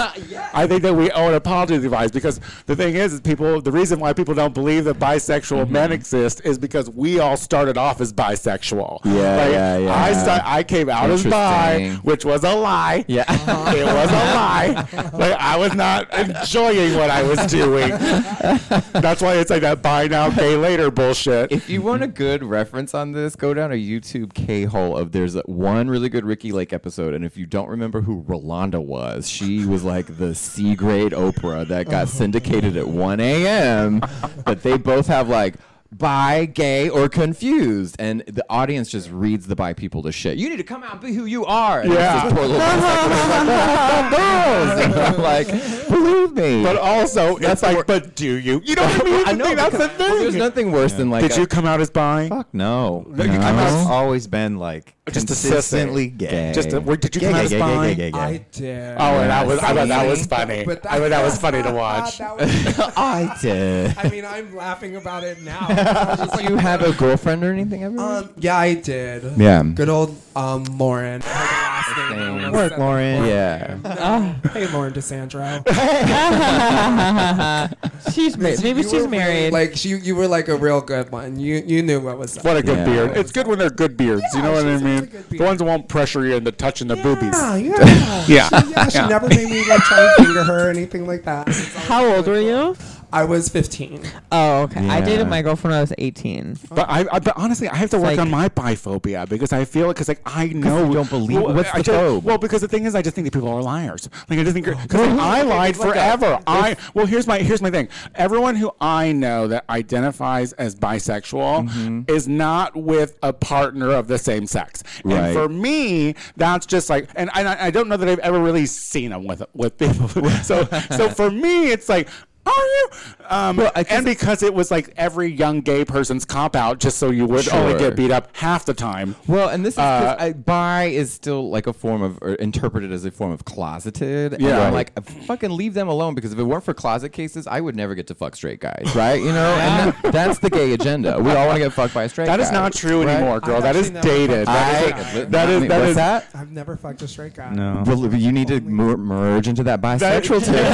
I think that we owe an apology to the bis because the thing is, is people the reason why people don't believe that bisexual
Mm-hmm.
men exist is because we all started off as bisexual.
Yeah, yeah, yeah.
I sta- I came out as bi,
Interesting.
which was a lie.
Yeah.
it was a lie. Like I was not enjoying what I was doing. That's why it's like that buy now, pay later bullshit.
If you want a good reference on this, go down a YouTube K hole of there's one really good Ricky Lake episode, and if you don't remember who Rolanda was, she was like the C grade Oprah that got syndicated at 1 a.m. But they both have like bi, gay, or confused, and the audience just reads the bi people to shit. You need to come out and be who you are. And it's
Yeah.
this poor little I'm like, believe me.
But also, it's like, but do you? You don't even
uh, I know
think that's the
because- well,
thing.
There's nothing worse than like
Did
a-
you come out as bi?
Fuck no.
No, you come
I've
out-
always been like
Just a sissy.
consistently gay.
Just a- wait, did you
gay,
come out
gay,
as
gay,
bi?
gay, gay, gay, gay.
I did.
Oh, and that was I thought that
See?
was funny.
But
I thought that was funny to watch.
that was-
I did.
I mean, I'm laughing about it now. I was just like,
Do you have a girlfriend or anything ever?
Um, yeah, I did.
Yeah.
Good old um, Lauren. Her last name, I almost
Work,
said-
Lauren.
yeah.
Hey, Lauren DeSandro.
she's ma- maybe
You
she's
were really-
married.
like she, you were like a real good one. You you knew what was up.
What a good
Yeah.
beard. It's good when they're good beards. you know
Yeah,
what I
she's a really
mean?
good
The
beard.
ones that won't pressure you into touching the boobies.
Yeah, Ah, yeah.
Yeah.
She, yeah, she never made me like try and finger her or anything like that.
How old were you?
I was 15.
Oh, okay. I dated
Yeah.
my girlfriend when I was 18.
But I, I but honestly, I have to work
like-
on my biphobia because I feel because like I know
you don't believe-
well,
what's
I
the
just-
phobe?
Well, because the thing is, I just think that people are liars. Like I just think because I lied forever. I well, here's my here's my thing. Everyone who I know that identifies as bisexual
Mm-hmm.
is not with a partner of the same sex. And
Right.
for me, that's just like, and, and I, I don't know that I've ever really seen them with with people. so so for me, it's like. are you? Um, and because it was like every young gay person's cop out, just so you would only
Sure.
get beat up half the time.
Well, and this is 'cause
Uh,
I, bi is still like a form of or interpreted as a form of closeted. And
Yeah.
I'm like, fucking leave them alone because if it weren't for closet cases, I would never get to fuck straight guys, right? You know, and that, that's the gay agenda. We all want to get fucked by a straight.
That
guy,
is not true
right?
anymore, girl.
I've
That is
actually never
dated.
fucked
That
a
is
Not
that is
straight guy.
me. What's
that is
that?
I've never fucked a straight guy.
No.
Well, You need to mer- merge into that bisexual territory.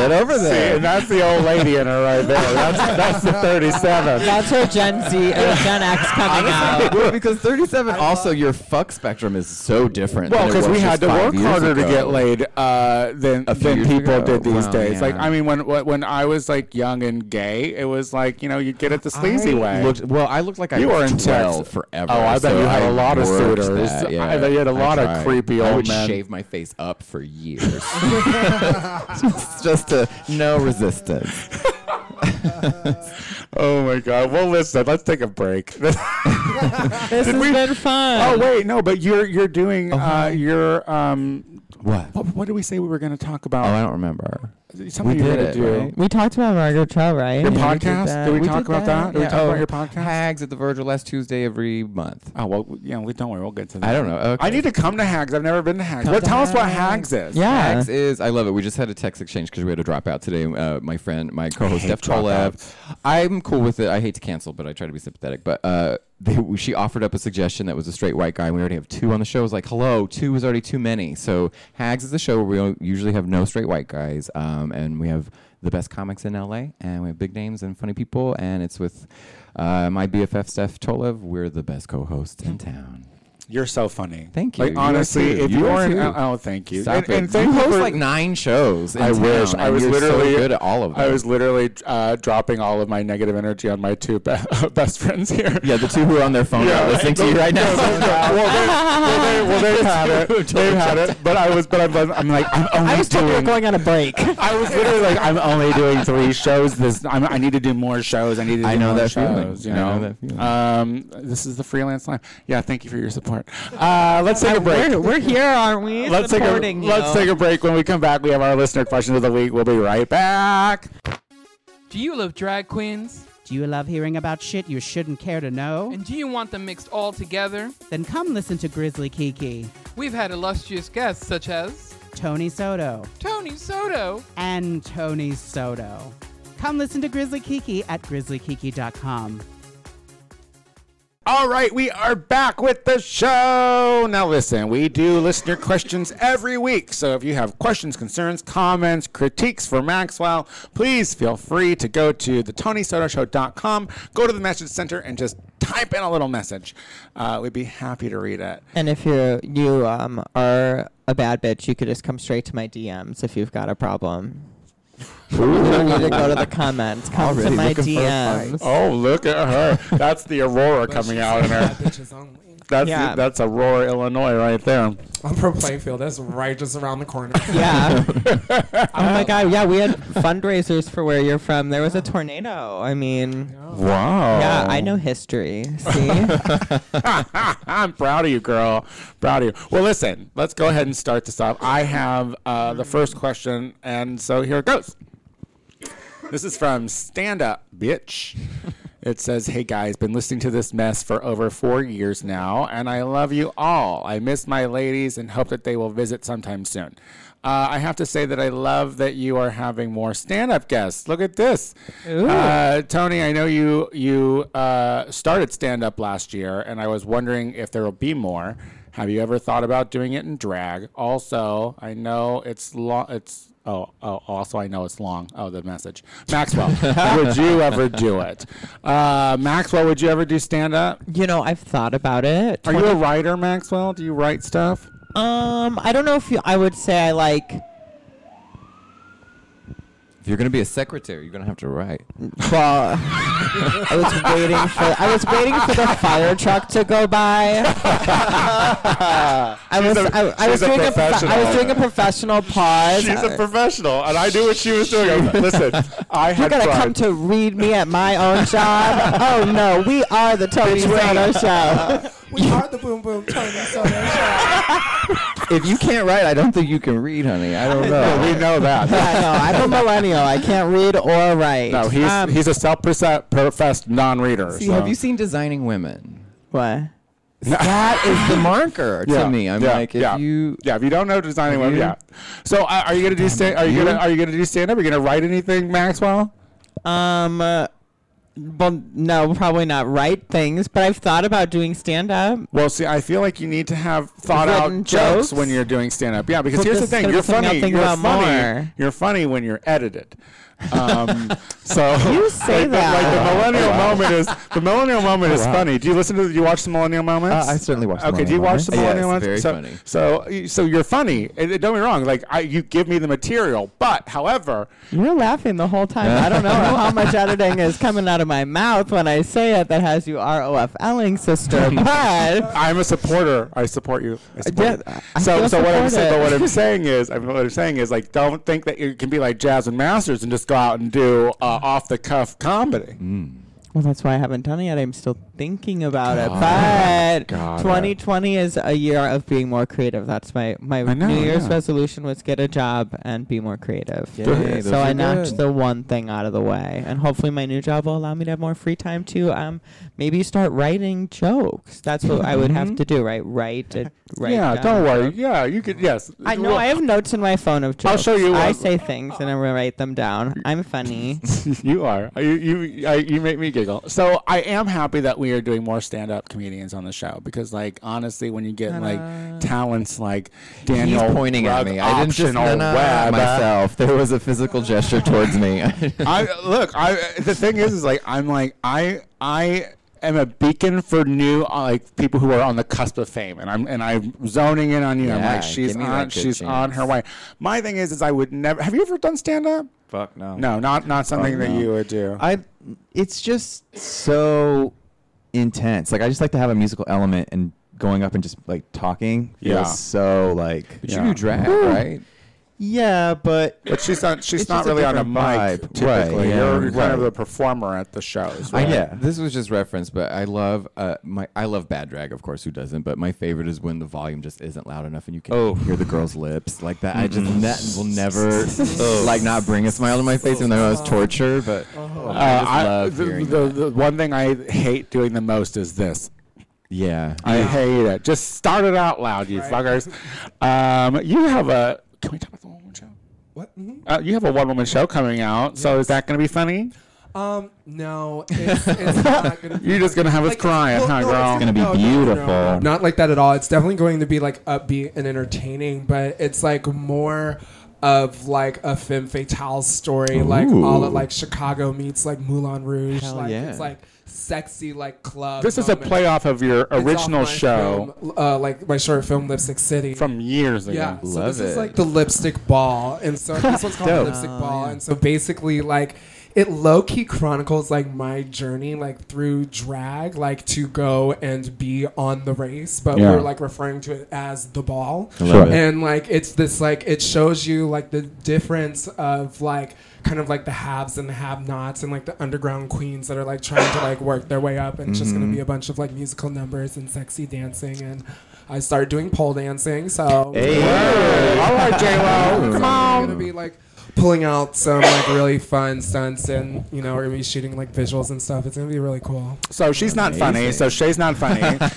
get over
See,
there.
and that's the old lady in her right there. That's that's the 37.
That's her Gen Z or Gen X coming out.
Well, because 37 also your fuck spectrum is so different than
Well,
it
because
was
we
just
had to
five
work
years
harder to
ago.
get laid uh, than
A few
than
years
people
ago.
did these
Wow,
days. Like,
yeah.
I mean, when when I was like young and gay, it was like you know you get it the sleazy
I
way.
Looked, well, I looked like I
you were
was
in
12
Texas
forever.
Oh, I bet
so
you had a lot of
worked
suitors.
that, yeah.
I bet you had a lot of
tried.
creepy
I
old
would
men.
shave my face up for years. just, just to no resistance.
Oh my god. Well, listen, let's take a break.
This has
we-
been fun.
oh wait, no, but you're you're doing uh, your um.
What? Oh,
What, Oh, what did we say we were going to talk about?
I don't remember.
Something
we
you
did
were going to
it,
do.
right?
We talked about Margot Cho, right?
Your
Yeah, we
podcast? Did we talk about that? Did we
Oh.
talk about your podcast?
Hags at the Virgil last Tuesday every month.
Oh well, yeah. We don't worry. We'll get to that.
I don't know. Okay.
I need to come to Hags. I've never been to Hags.
Come
Well,
to
tell us what
Hags.
Hags is.
Yeah.
Max is I love it. We just had a text exchange because we had a dropout today. Uh, my friend, my co-host
hate
Steph Tolev.
dropouts.
I'm cool with it. I hate to cancel, but I try to be sympathetic. But uh, they, she offered up a suggestion that was a straight white guy, and we already have two on the show. I was like, hello, two is already too many. So Hags is the show where we usually have no straight white guys, um, and we have the best comics in LA, and we have big names and funny people, and it's with uh, my BFF Steph Tolev. We're the best co-hosts in town.
You're so funny.
Thank
Like
you. You are
honestly,
too.
if
You
you
are
are in,
too.
oh, thank you.
Stop
and, and
it.
thank
you
you
host
for-
like nine shows. in
I
town,
wish I
and
was
you're so
literally
good at all of them.
I was literally uh, dropping all of my negative energy on my two be- best friends here.
Yeah, the two who are on their phone
Yeah,
are listening to you right
No, no, no.
now.
well, they, well, they, well, they've had it. They've had it. But I was, but I'm, I'm like, I'm only
I was
doing.
thinking of going on a break.
I was literally like, I'm only doing three shows. This I'm, I need to do more shows. I need to. Do
I know
more
that feeling.
shows, You
I
know,
know that feeling.
Um, this is the freelance life. Yeah, thank you for your support. Uh, let's take a break.
We're, we're here, aren't we?
let's take a
Supporting you.
let's take a break. When we come back, we have our listener question of the week. We'll be right back.
Do you love drag queens?
Do you love hearing about shit you shouldn't care to know?
And do you want them mixed all together?
Then come listen to Grizzly Kiki,
We've had illustrious guests such as
Tony Soto,
Tony Soto.
and Tony Soto. Come listen to Grizzly Kiki at grizzlykiki.com.
All right, we are back with the show. Now, listen, we do listener questions every week. So if you have questions, concerns, comments, critiques for Maxwell, please feel free to go to thetonysotoshow.com, go to the message center, and just type in a little message. Uh, we'd be happy to read it.
And if you you um are a bad bitch, you could just come straight to my DMs if you've got a problem. you don't need to go to the comments. Come to
Already
my
looking for a fight.
DMs.
Oh, look at her. That's the Aurora
But
coming
she's
out in
bad
her.
bitches only.
That's,
Yeah.
that's Aurora, Illinois, right there.
I'm from Plainfield. That's right just around the corner.
Yeah. oh my god. Yeah, we had fundraisers for where you're from. There was a tornado. I mean,
Wow.
yeah, I know history. See.
I'm proud of you, girl. Proud of you. Well, listen, let's go ahead and start this off. I have uh, the first question, and so here it goes. This is from Stand Up, Bitch. It says, Hey guys, been listening to this mess for over four years now, and I love you all. I miss my ladies and hope that they will visit sometime soon. Uh, I have to say that I love that you are having more stand up guests. Look at this. Uh, Tony, I know you, you uh, started stand up last year, and I was wondering if there will be more. Have you ever thought about doing it in drag? Also, I know it's long. It's oh, oh. Also, I know it's long. Oh, the message. Maxwell, would you ever do it? Uh, Maxwell, would you ever do stand up?
You know, I've thought about it.
Are you a writer, Maxwell? Do you write stuff?
Um, I don't know if you, I would say I like.
If you're gonna be a secretary, you're gonna have to write.
Well, I was waiting for I was waiting for the fire truck to go by. I was
a-
I, I
she's
was
a
doing a prof- I was
professional.
doing a professional pause. Uh,
professional, and I knew what she was doing. Listen, I
You're
had
gonna come to read me at my own job? oh no, we are the Tony Soto show.
We are the boom boom Tony Soto Show.
if you can't write, I don't think you can read, honey. I don't know.
we know that.
yeah, no, I'm a millennial. I can't read or write.
no, he's
Um,
he's a self-professed non-reader.
See,
so.
have you seen Designing Women?
what?
That is the marker to me. I'm
yeah,
like, if
yeah,
you,
yeah, if you don't know designing web,
you?
yeah. So uh, are you gonna do stand? Are you,
You?
gonna are you gonna do stand up? Are you gonna write anything, Maxwell?
Um, uh, well, no, probably not write things, but I've thought about doing stand up.
Well, see, I feel like you need to have thought
Written
out jokes
jokes?
when you're doing stand up. Yeah, because
Well,
here's the
this is
thing:
gonna be
you're
something I'll
funny.
think
You're
about
funny.
more.
You're funny when you're edited. Um, so
You say
like, the- like the
that.
millennial moment is the millennial moment is funny. Do you listen to? Do you watch the millennial moments?
Uh, I certainly watch The
Okay, do you
Millennial
watch the
Moments. Yeah,
millennial
it's
moments?
very
so,
funny.
So, y- so you're funny. And, and don't be wrong. Like I, you give me the material, but however,
You're laughing the whole time. I don't know how much editing is coming out of my mouth when I say it that has you ROFLing, sister, but.
I'm a supporter. I support you. I
Yeah,
support
I
you. So,
feel
so what I'm saying, but
supported.
what I'm saying is, I'm, what I'm saying is, like, don't think that you can be like Jasmine Masters and just go out and do uh, off the cuff comedy.
Well, that's why I haven't done it yet. I'm still thinking about it. But
Got it.
2020 is a year of being more creative. That's my, my
I know,
New Year's
yeah.
resolution was get a job and be more creative.
Yay, those
so I
are
knocked
good.
the one thing out of the way, and hopefully my new job will allow me to have more free time to um maybe start writing jokes. That's what I would have to do, right? Write it. Write
Mm-hmm. yeah,
down.
don't worry. Yeah, you could. Yes,
I know
Well,
I have notes in my phone of jokes.
I'll show you
I
one.
say things and I write them down. I'm funny.
you are. You you I, you make me giggle. So I am happy that we are doing more stand up comedians on the show because, like, honestly, when you get like talents like Daniel,
He's pointing at
Rugg,
me. I didn't just
Optional uh,
nah,
Web,
myself. There was a physical gesture towards me.
I look. I the thing is, is like I'm like I I am a beacon for new uh, like people who are on the cusp of fame, and I'm and I'm zoning in on you. I'm
Yeah,
like she's
give me
on
that good
she's on her
chance.
way. My thing is, is I would never. Have you ever done stand up?
Fuck no.
No, not not something
Oh,
that
no.
you would do.
I. It's just so intense. Like I just like to have a musical element and going up and just like talking. feels
Yeah.
So like.
But
Yeah.
you do drag, right?
Yeah, but
but she's not she's
It's
not
just a
really on a mic
different vibe.
typically.
Right, yeah,
You're kind of
right.
the performer at the shows.
I
Right?
Yeah.
This was just reference, but I love uh, my I love bad drag, of course. Who doesn't? But my favorite is when the volume just isn't loud enough and you can
Oh.
hear the girl's lips like that. I
Mm-hmm.
just ne- will never
Oh.
like not bring a smile to my face, even though I was tortured. But
Uh,
I just
I-
love
the,
hearing
the,
that.
the one thing I hate doing the most is this.
yeah,
I hate it. Just start it out loud, you fuckers. Um, you have a. Can we talk about the one woman show?
What? Mhm.
Uh, you have a one woman show coming out, so is that going to be funny?
Um, no, it's, it's not gonna be.
You're just going to have us
Like,
crying,
no,
huh,
no,
girl?
it's gonna
be
No, no, no, no,
beautiful.
no, Not like that at all. It's definitely going to be like upbeat and entertaining, but it's like more of like a femme fatale story, like all of like Chicago meets like Moulin Rouge. like
yeah.
it's like sexy like club.
this is a
moment.
playoff of your
It's off
original
my
show
film, uh, like my short film Lipstick City.
from years ago.
Yeah, so
Love
this is
it.
like the lipstick ball, and so this one's called the
Dope.
lipstick ball, and so basically like it low key chronicles like my journey like through drag, like to go and be on the race, but
Yeah.
we're like referring to it as the ball,
I love
Sure.
it.
and like it's this like it shows you like the difference of like kind of like the haves and the have-nots and like the underground queens that are like trying to like work their way up and it's just
Mm-hmm.
gonna be a bunch of like musical numbers and sexy dancing and I started doing pole dancing so
Hey, All right, J Lo, come
we're
on.
gonna be like pulling out some like really fun stunts and you know we're gonna be shooting like visuals and stuff it's gonna be really cool
So she's not funny. So Shay's not funny. so that's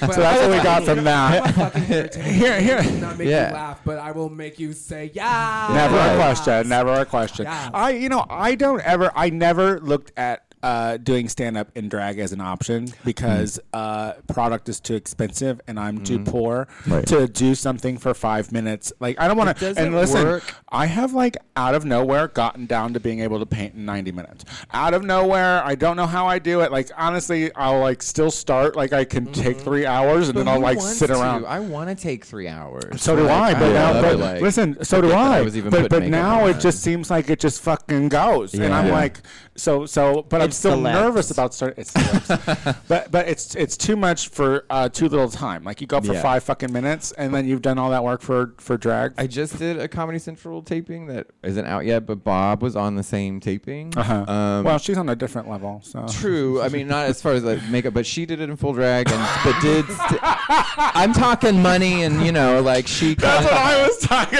what
But-
we got from that.
here
here.
not make
Yeah.
you laugh but I will make you say yeah
Never a
Right.
question. Never a question.
Yes.
I, you know, I don't ever. I never looked at uh, doing stand up in drag as an option because uh, product is too expensive and I'm too poor
Right.
to do something for five minutes. Like I don't want to.
doesn't
And listen,
work.
I have like out of nowhere gotten down to being able to paint in 90 minutes. Out of nowhere, I don't know how I do it. Like honestly, I'll like still start. Like I can take three hours
Mm-hmm.
and
But
then I'll
who
like
wants
sit
to?
around.
I want to take three hours.
So do I,
Like,
but now,
love
but
it, like-
listen, so
I
do
get that
I.
was even
but
put
but
makeup
now
on
it
that.
just seems like it just fucking goes, and I'm
Yeah.
like, so so. But I'm I'm still
celebs.
nervous about starting. It's celebs. but but it's it's too much for uh, too little time. Like you go up for
Yeah.
five fucking minutes, and then you've done all that work for for drag.
I just did a Comedy Central taping that isn't out yet, but Bob was on the same taping.
Uh-huh.
Um,
well, she's on a different level. So
True. I mean, not as far as like makeup, but she did it in full drag, and but did. St- I'm talking money, and you know, like she.
that's what I was talking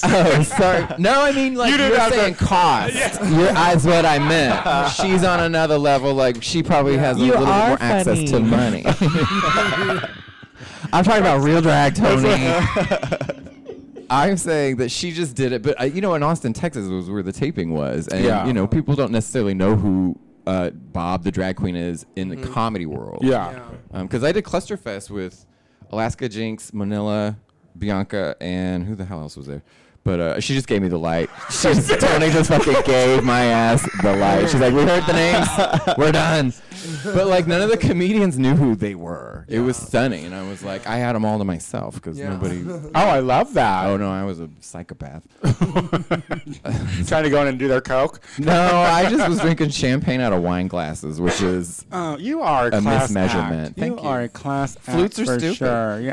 Oh, sorry. No, I mean like
You
you
didn't
are
have to-
saying cost. You're, that's what I meant. She's on another level. Like she probably has a
You
little bit
are
more access to
funny.
money.
I'm talking about real drag, Tony.
I'm saying that she just did it, but uh, you know, in Austin, Texas, was where the taping was, and
Yeah.
you know, people don't necessarily know who uh, Bob the drag queen is in the comedy world.
Mm-hmm. yeah.
because Um, I did Clusterfest with Alaska Jinx, Manila, Bianca, and who the hell else was there? But uh, she just gave me the light. She just, Tony just fucking gave my ass the light. She's like, "We heard the names, we're done." But like, none of the comedians knew who they were. It was stunning, and I was like, I had them all to myself because
Yeah.
nobody.
Oh, I love that.
Oh no, I was a psychopath. Oh.
Trying to go in and do their coke.
No, I just was drinking champagne out of wine glasses, which is
Oh, you are a,
A
class
mismeasurement.
act.
Thank
you,
you.
are a class. act
Flutes are
for
stupid.
Sure. Yeah.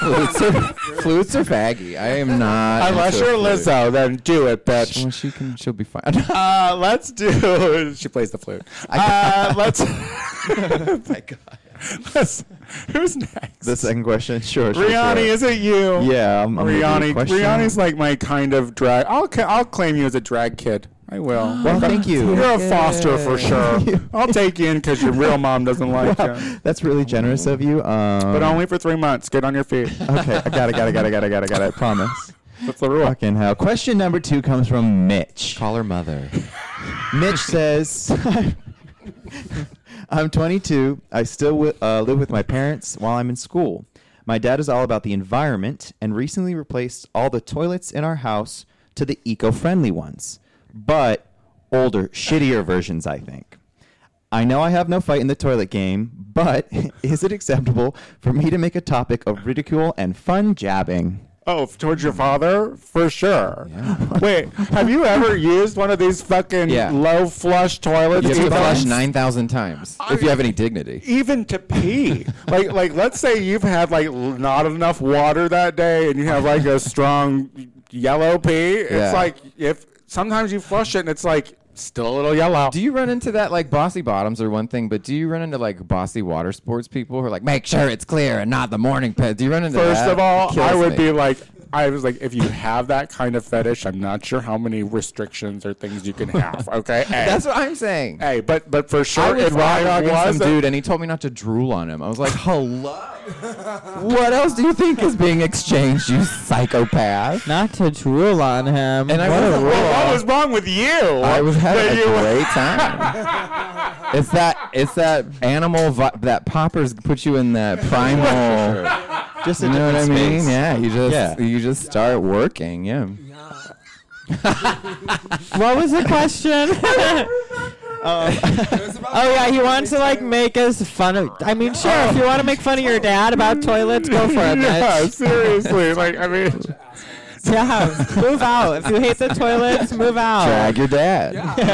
flutes are, flutes are faggy. I am not.
Unless
into
you're
a flute.
Lizzo, then do it, bitch.
Well, she can. She'll be fine.
Uh, let's do. She plays the flute. Uh, let's. let's who's next?
the second question, sure. sure,
Rihanna,
sure.
is it you?
Yeah, I'm, I'm gonna do
Rihanna.
a question.
Rihanna's like my kind of drag. I'll ca- I'll claim you as a drag kid. I will.
Well, thank you.
You're a foster for sure. I'll take you in because your real mom doesn't like you,
That's really generous of you. Um,
but only for three months. Get on your feet.
okay, I got it, got it, got it, got it, got it, got it. Promise.
That's the rule.
Fucking hell. Question number two comes from Mitch.
Call her mother.
Mitch says, I'm 22. I still wi- uh, live with my parents while I'm in school. My dad is all about the environment and recently replaced all the toilets in our house to the eco friendly ones, but older, shittier versions, I think. I know I have no fight in the toilet game, but is it acceptable for me to make a topic of ridicule and fun jabbing?
Oh, f- towards your father, for sure. Wait, have you ever used one of these fucking
Yeah.
low flush toilets?
You have to
even-
flush nine thousand times if you have any dignity.
even to pee. like like let's say you've had like l- not enough water that day and you have like a strong yellow pee.
Yeah.
It's like if sometimes you flush it and it's like still a little yellow.
Do you run into that like bossy bottoms are one thing, but do you run into like bossy water sports people who are like, make sure it's clear and not the morning pit? Do you run into
First
that?
of all,
Kills
I would
me.
be like I was like, if you have that kind of fetish, I'm not sure how many restrictions or things you can have. Okay, A.
That's what I'm saying.
Hey, but but for
I
sure,
was
it
hot dogging
was
some dude, and he told me not to drool on him. I was like, hello. what else do you think is being exchanged, you psychopath?
Not to drool on him.
And I
What
wasn't-
a-
Well, what was wrong Uh, with you?
I was having a
That you were-
great time. it's that it's that animal vi- that poppers put you in that primal.
Just a
you know what I
different
mean?
space.
Yeah, you just
Yeah.
you just start working. Yeah.
what was the question? oh yeah, he wants to like make us fun of. I mean, sure, if you want to make fun of your dad about toilets, go for it.
Yeah,
Mitch.
seriously. Like I mean.
Yeah, move out. If you hate the toilets, move out.
Drag your dad.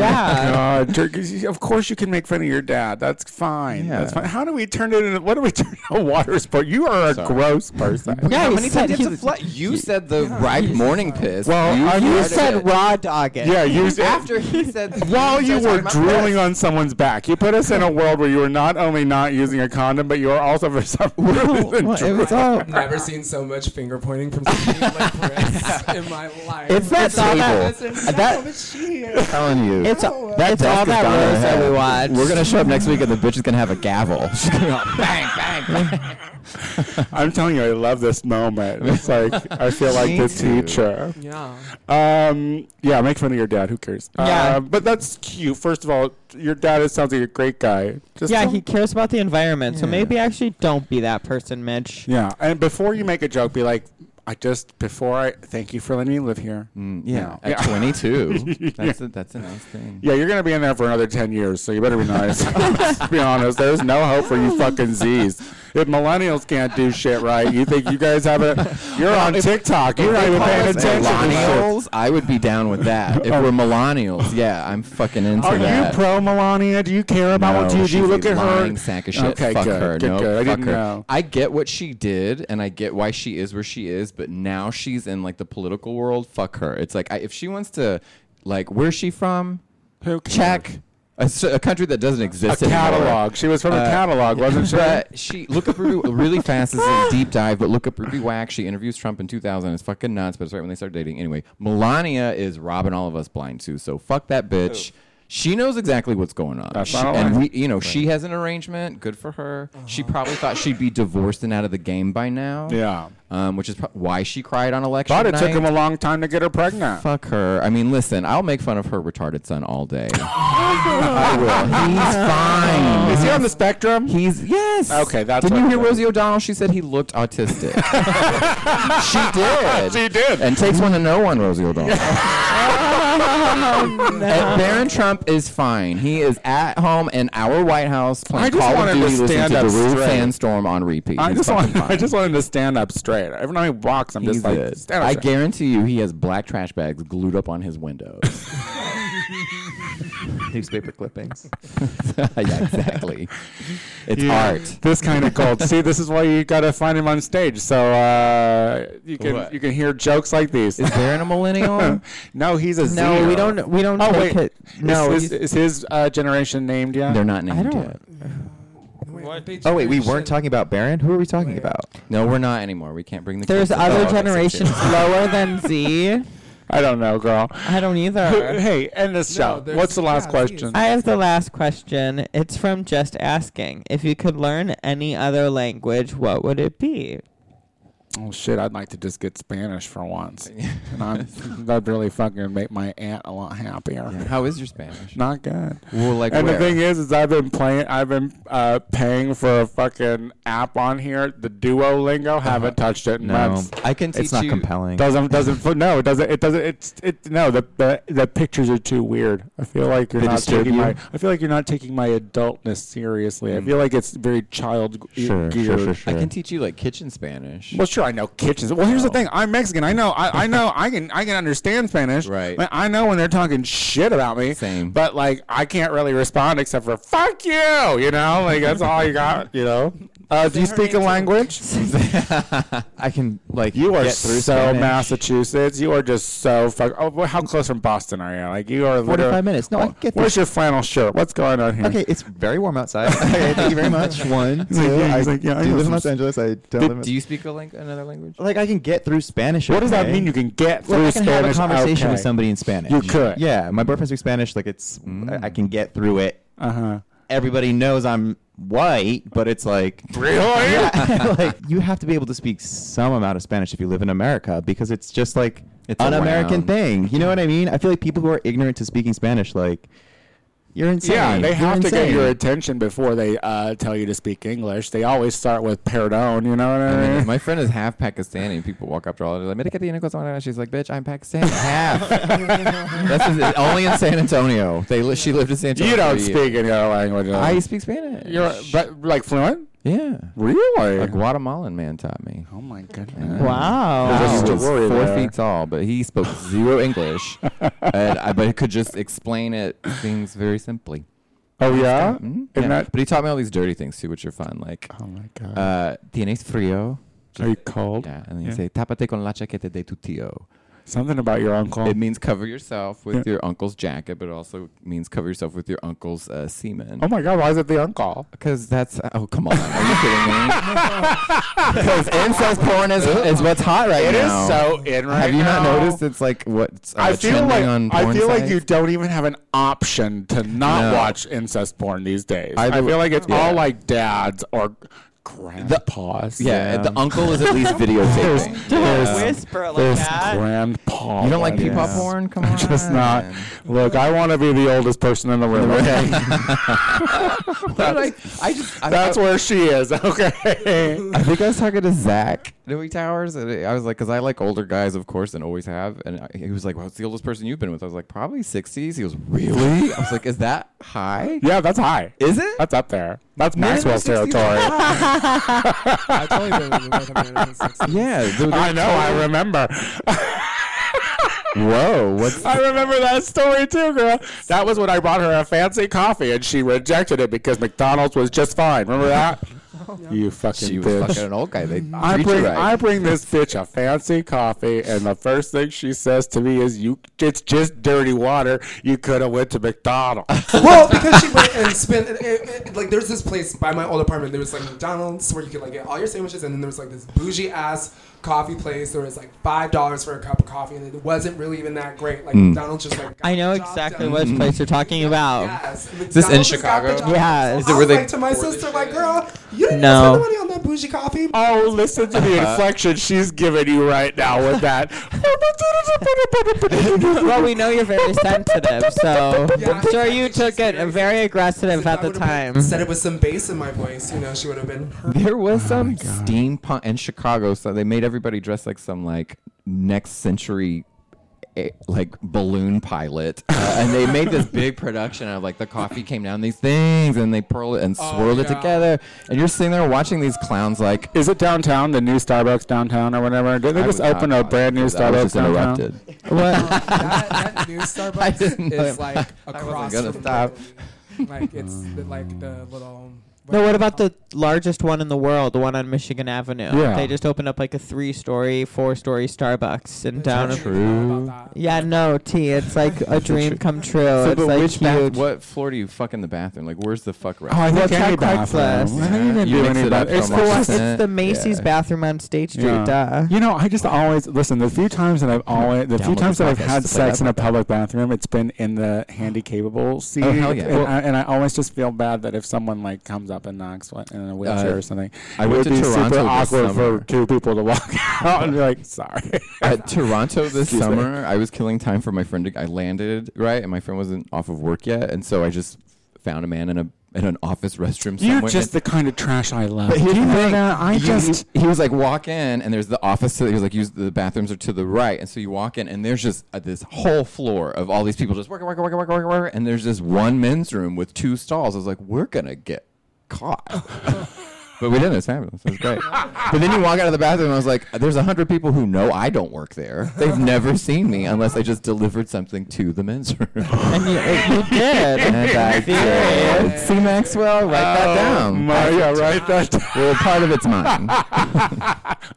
Yeah.
Um, God, turkeys, of course you can make fun of your dad. That's fine.
Yeah.
That's fine. How do we turn it into what do we turn a water sport? You are a gross person.
Yeah,
How
he
many
said
times you
he-
have to flush? You said the right morning piss.
Well, I-
started
You
Right
said
it.
raw dogging.
yeah, you
after he said
while you
started
were
talking about
drooling
piss.
on someone's back. You put us in a world where you were not only not using a condom, but you are also for some reason
Well, it was all
Never seen so much finger pointing from somebody like Chris in my life.
It's that all that.
that, that
telling you.
It's all it's all
desk is
that
gone in her
rose that we
head.
watch.
We're gonna show up next week and the bitch is gonna have a gavel. She's gonna go, bang, bang, bang.
I'm telling you, I love this moment. It's like I feel like
Me
the
too.
teacher.
yeah.
Um, yeah, make fun of your dad. Who cares?
Yeah.
Uh, but that's cute. First of all, your dad is, sounds like a great guy. Just
Yeah,
don't-
he cares about the environment, so maybe actually don't be that person, Mitch.
Yeah, and before you make a joke, be like, I just before I thank you for letting me live here.
Mm, Yeah,
Yeah.
at 22, that's a, that's a nice thing.
Yeah, you're gonna be in there for another ten years, so you better be nice. Let's be honest, there's no hope for you fucking Z's. If millennials can't do shit right, you think you guys have it? You're on TikTok. You're not even paying attention. to shit.
Millennials, I would be down with that. If we're millennials, yeah, I'm fucking into
Are
that.
you pro Melania? Do you care about what
No,
you do?
she's a
You Look at
lying
her.
Sack of shit.
Okay,
fuck
good,
her.
good,
no,
good. I
fuck
didn't
her.
know.
I get what she did, and I get why she is where she is, but now she's in like the political world. Fuck her. It's like I, if she wants to, like, where's she from?
Who cares?
Czech, a, s- a country that doesn't
A
exist anymore.
catalog. She was from a
Uh,
catalog, wasn't she?
But she look up Ruby really fast. This is a deep dive, but look up Ruby Wax. She interviews Trump in 2000. It's fucking nuts, but it's right when they start dating. Anyway, Melania is robbing all of us blind too. So fuck that bitch. She knows exactly what's going on.
That's
She-
not Uh-huh. a
and
lie.
we, you know, she has an arrangement. Good for her. She probably thought she'd be divorced and out of the game by now.
Yeah.
Um, which is pro- why she cried on election
But it took
night.
him a long time to get her pregnant.
Fuck her. I mean, listen, I'll make fun of her retarded son all day. I will. He's fine.
Is he on the spectrum?
He's yes.
Okay, that's
Didn't you
what-
hear Rosie O'Donnell? She said he looked autistic. she did.
She did.
And takes one to know one, Rosie O'Donnell. And Barron Trump is fine. He is at home in our White House playing
I just
Call
wanted
of
to
Duty, listening
stand
to
up
Daru
straight.
Sandstorm on repeat.
I
He's
just
fucking
want. I
fine.
just want him to stand up straight. Every time he walks, I'm
He's
just like,
it.
stand up
I
straight.
guarantee you, he has black trash bags glued up on his windows.
Newspaper clippings.
yeah, exactly. It's
Yeah.
art.
This kind of cult. See, this is why you gotta find him on stage. So uh, you can
What?
you can hear jokes like these.
Is Barron a millennial?
no, he's a
No,
zero.
we don't. We don't.
Oh
take
wait,
It. No.
is his,
you-
is his uh, generation named yet?
They're not
I
named
don't.
yet.
Oh wait, we weren't talking about Baron. Who are we talking about?
No, we're not anymore. We can't bring the.
There's
kids up.
other
Oh,
generations lower than Z.
I don't know, girl.
I don't either.
hey, end this
No,
show.
there's-
What's the last
yeah,
question?
I have the last question. It's from Just Asking. If you could learn any other language, what would it be?
Oh shit! I'd like to just get Spanish for once, and I'm, that'd really fucking make my aunt a lot happier.
How is your Spanish?
Not good.
Well, like
and
where?
the thing is, is I've been playing, I've been uh, paying for a fucking app on here, the Duolingo. Haven't touched it in months.
I can teach
It's not
you.
compelling.
Doesn't doesn't fo- no, it doesn't it doesn't it's it no the the, the pictures are too weird. I feel like you're
They
not
disturb
taking
you? Hmm.
my I feel like you're not taking my adultness seriously. I feel like it's very child g-
Sure,
geared.
sure, sure,
I
sure.
can teach you like kitchen Spanish.
Well, sure, I know kitchens. Well, here's the
No.
thing: I'm Mexican. I know, I, I know, I can, I can understand Spanish.
Right.
Like, I know when they're talking shit about me.
Same.
But like, I can't really respond except for "fuck you," you know. Like that's all you got, you know. Uh, do you speak a language?
I can like
You are
get
so
through Spanish.
Massachusetts. You are just so fuck. Oh, well, how close from Boston are you? Like you are. literally-
45 minutes. No, I can get
Where's your flannel shirt? What's going on here?
Okay, it's very warm outside. okay, thank you very much. One, two.
like, yeah, he's
I
like, yeah, I
do
know
live
some
in Los
s-
Angeles. I don't live in.
Do you speak a lang- another language?
like I can get through Spanish.
What does that
okay.
mean? You can get through
Like, I can
Spanish.
have a conversation with
Okay.
somebody in Spanish.
You Mm. could.
Yeah, my boyfriend speaks Spanish. Like it's, I, I can get through it.
Uh huh.
Everybody knows I'm white, but it's like,
Really?
yeah, like you have to be able to speak some amount of Spanish if you live in America because it's just like
It's
an American
around.
thing. You know what I mean? I feel like people who are ignorant to speaking Spanish, like, you're insane.
Yeah, they
You're
have to get
insane.
your attention before they uh, tell you to speak English. They always start with perdón, you know what
I
I
mean,
mean?
my friend is half Pakistani, and people walk up to her all they're like, "Medicate the Anna She's like, "Bitch, I'm Pakistani, half." That's just- only in San Antonio. They li- she lived in San Antonio.
you don't
for a year.
speak any other language. though.
I speak Spanish.
You're but like fluent?
yeah,
Really?
a Guatemalan man taught me.
oh my
Um,
goodness.
Wow.
There's
Wow.
a
was
story
four
there.
feet tall, but he spoke zero English, and I, but he could just explain it things very simply.
Oh yeah?
Mhm.
And
Yeah.
that-
but he taught me all these dirty things too, which are fun. Like,
oh my god.
uh, tienes frío.
Are you cold?
Yeah, and then you
Yeah.
say tapate con la chaqueta de tu tío.
Something about your uncle.
It means cover yourself with
Oh. Yeah.
your uncle's jacket, but it also means cover yourself with your uncle's uh, semen.
oh my god, why is it the uncle?
Because that's oh come on, are you kidding me? Because incest porn is, is what's hot right
It is
now.
so in right
Have you
now.
not noticed it's like what's uh,
I feel
trending
like
on
I
porn
feel like
sites?
you don't even have an option to not
No.
watch incest porn these days. I,
Either-
feel like it's
yeah.
all like dads or grandpas.
Yeah, the uncle is at least videotaping.
whisper like
This
that.
grandpa.
You don't like
one
peepop
is-
porn? Come on.
Just not. Look, I want to be the oldest person in the room. Okay,
What did I, I just. I,
that's where she is. Okay.
I think I was talking to Zach Dewey Towers, and I was like, because I like older guys, of course, and always have. And I, he was like, "Well, it's the oldest person you've been with." I was like, "Probably 60s." He was really. I was like, "Is that high?
Yeah, that's high.
Is it?"
That's up there. That's
Men in their
Maxwell's
60s are
territory.
high.
I've totally been living North American sex.
Yeah. the- the-
I know. I remember.
Whoa. What's
I remember that story too, girl. That was when I brought her a fancy coffee and she rejected it because McDonald's was just fine. Remember that? You fucking
she was
bitch.
fucking an old guy. They
I
treat you
bring
right.
I bring this bitch a fancy coffee, and the first thing she says to me is, "You, it's just dirty water. You could have went to McDonald's."
Well, because she went and spent it, it, it- like there's this place by my old apartment. There was like McDonald's where you could like get all your sandwiches, and then there was like this bougie ass coffee place. There was like five dollars for a cup of coffee, and it wasn't really even that great. Like McDonald's just like got
I know
the job
exactly
done.
which place you're talking about.
Yes. Is
this in Chicago?
Yeah. Is
Is
it
it
where they
like to my sister, like, girl, you didn't
No.
no. spend the money on that bougie coffee.
oh, listen to the
Uh-huh.
inflection she's giving you right now with that.
Well, we know you're very sensitive, so
Yeah.
I'm sure you took it very aggressive
If
at
I
the
would've been-
time.
Said it with some bass in my voice, you know, she would have been. hurt.
There
Oh,
was some steampunk in Chicago, so they made everybody dress like some like next century eh, like balloon pilot, uh, and they made this big production of like the coffee came down these things, and they pearl it and swirled it
yeah.
together, and you're sitting there watching these clowns like.
Is it downtown? The new Starbucks downtown or whatever? Did they
I was
just
not
open a
watching
brand new
because I was
Starbucks
just
downtown?
interrupted.
What?
that, that new Starbucks
didn't know
is
it.
like across
gonna
from
stop.
Brooklyn. Like it's the, like the little.
No, what about the largest one in the world, the one on Michigan Avenue?
Yeah.
They just opened up like a three story, four story Starbucks and down.
It's really about that.
Yeah, no, T. It's like a dream come true.
So,
it's
but
like
which bath,
huge.
what floor do you fuck in the bathroom? Like, where's the fuck
Oh, I
right?
think
Well,
any
check Craigslist.
bathroom. I didn't even
You
do
mix
any
it up
bath- It's
so
the
much.
one-
It's the Macy's
Yeah.
bathroom on State Street. Duh.
You know, I just always listen. The few times that I've always, the
Down
few
with
times
the
that I've
podcast
had
to play
sex
that
in a
back up.
public bathroom, it's been in the handy capable seat,
hell yeah.
and,
Well-
I, and I always just feel bad that if someone like comes up and knocks like, in a wheelchair
Uh,
or something,
I
it
went
would
to
be
Toronto
super
this
awkward for
summer.
two people to walk out and be like, "Sorry."
At Toronto this
me.
summer, I was killing time for my friend. To, I landed right, and my friend wasn't off of work yet, and so I just found a man in a in an office restroom somewhere.
You're just
and-
the kind of trash I love.
but
Do
here's
you
the
know
thing,
that? I
you-
just
he was like walk in and there's the office to, he was like use the bathrooms are to the right and so you walk in and there's just uh, this whole floor of all these people just working working working working working working and there's just one men's room with two stalls I was like we're gonna get caught but we didn't it's fabulous it was great but then you walk out of the bathroom and I was like there's a hundred people who know I don't work there they've never seen me unless I just delivered something to the men's room
And you, uh, you did.
and I did see Maxwell write
Oh,
that down
Maria, right? That
well part of it's mine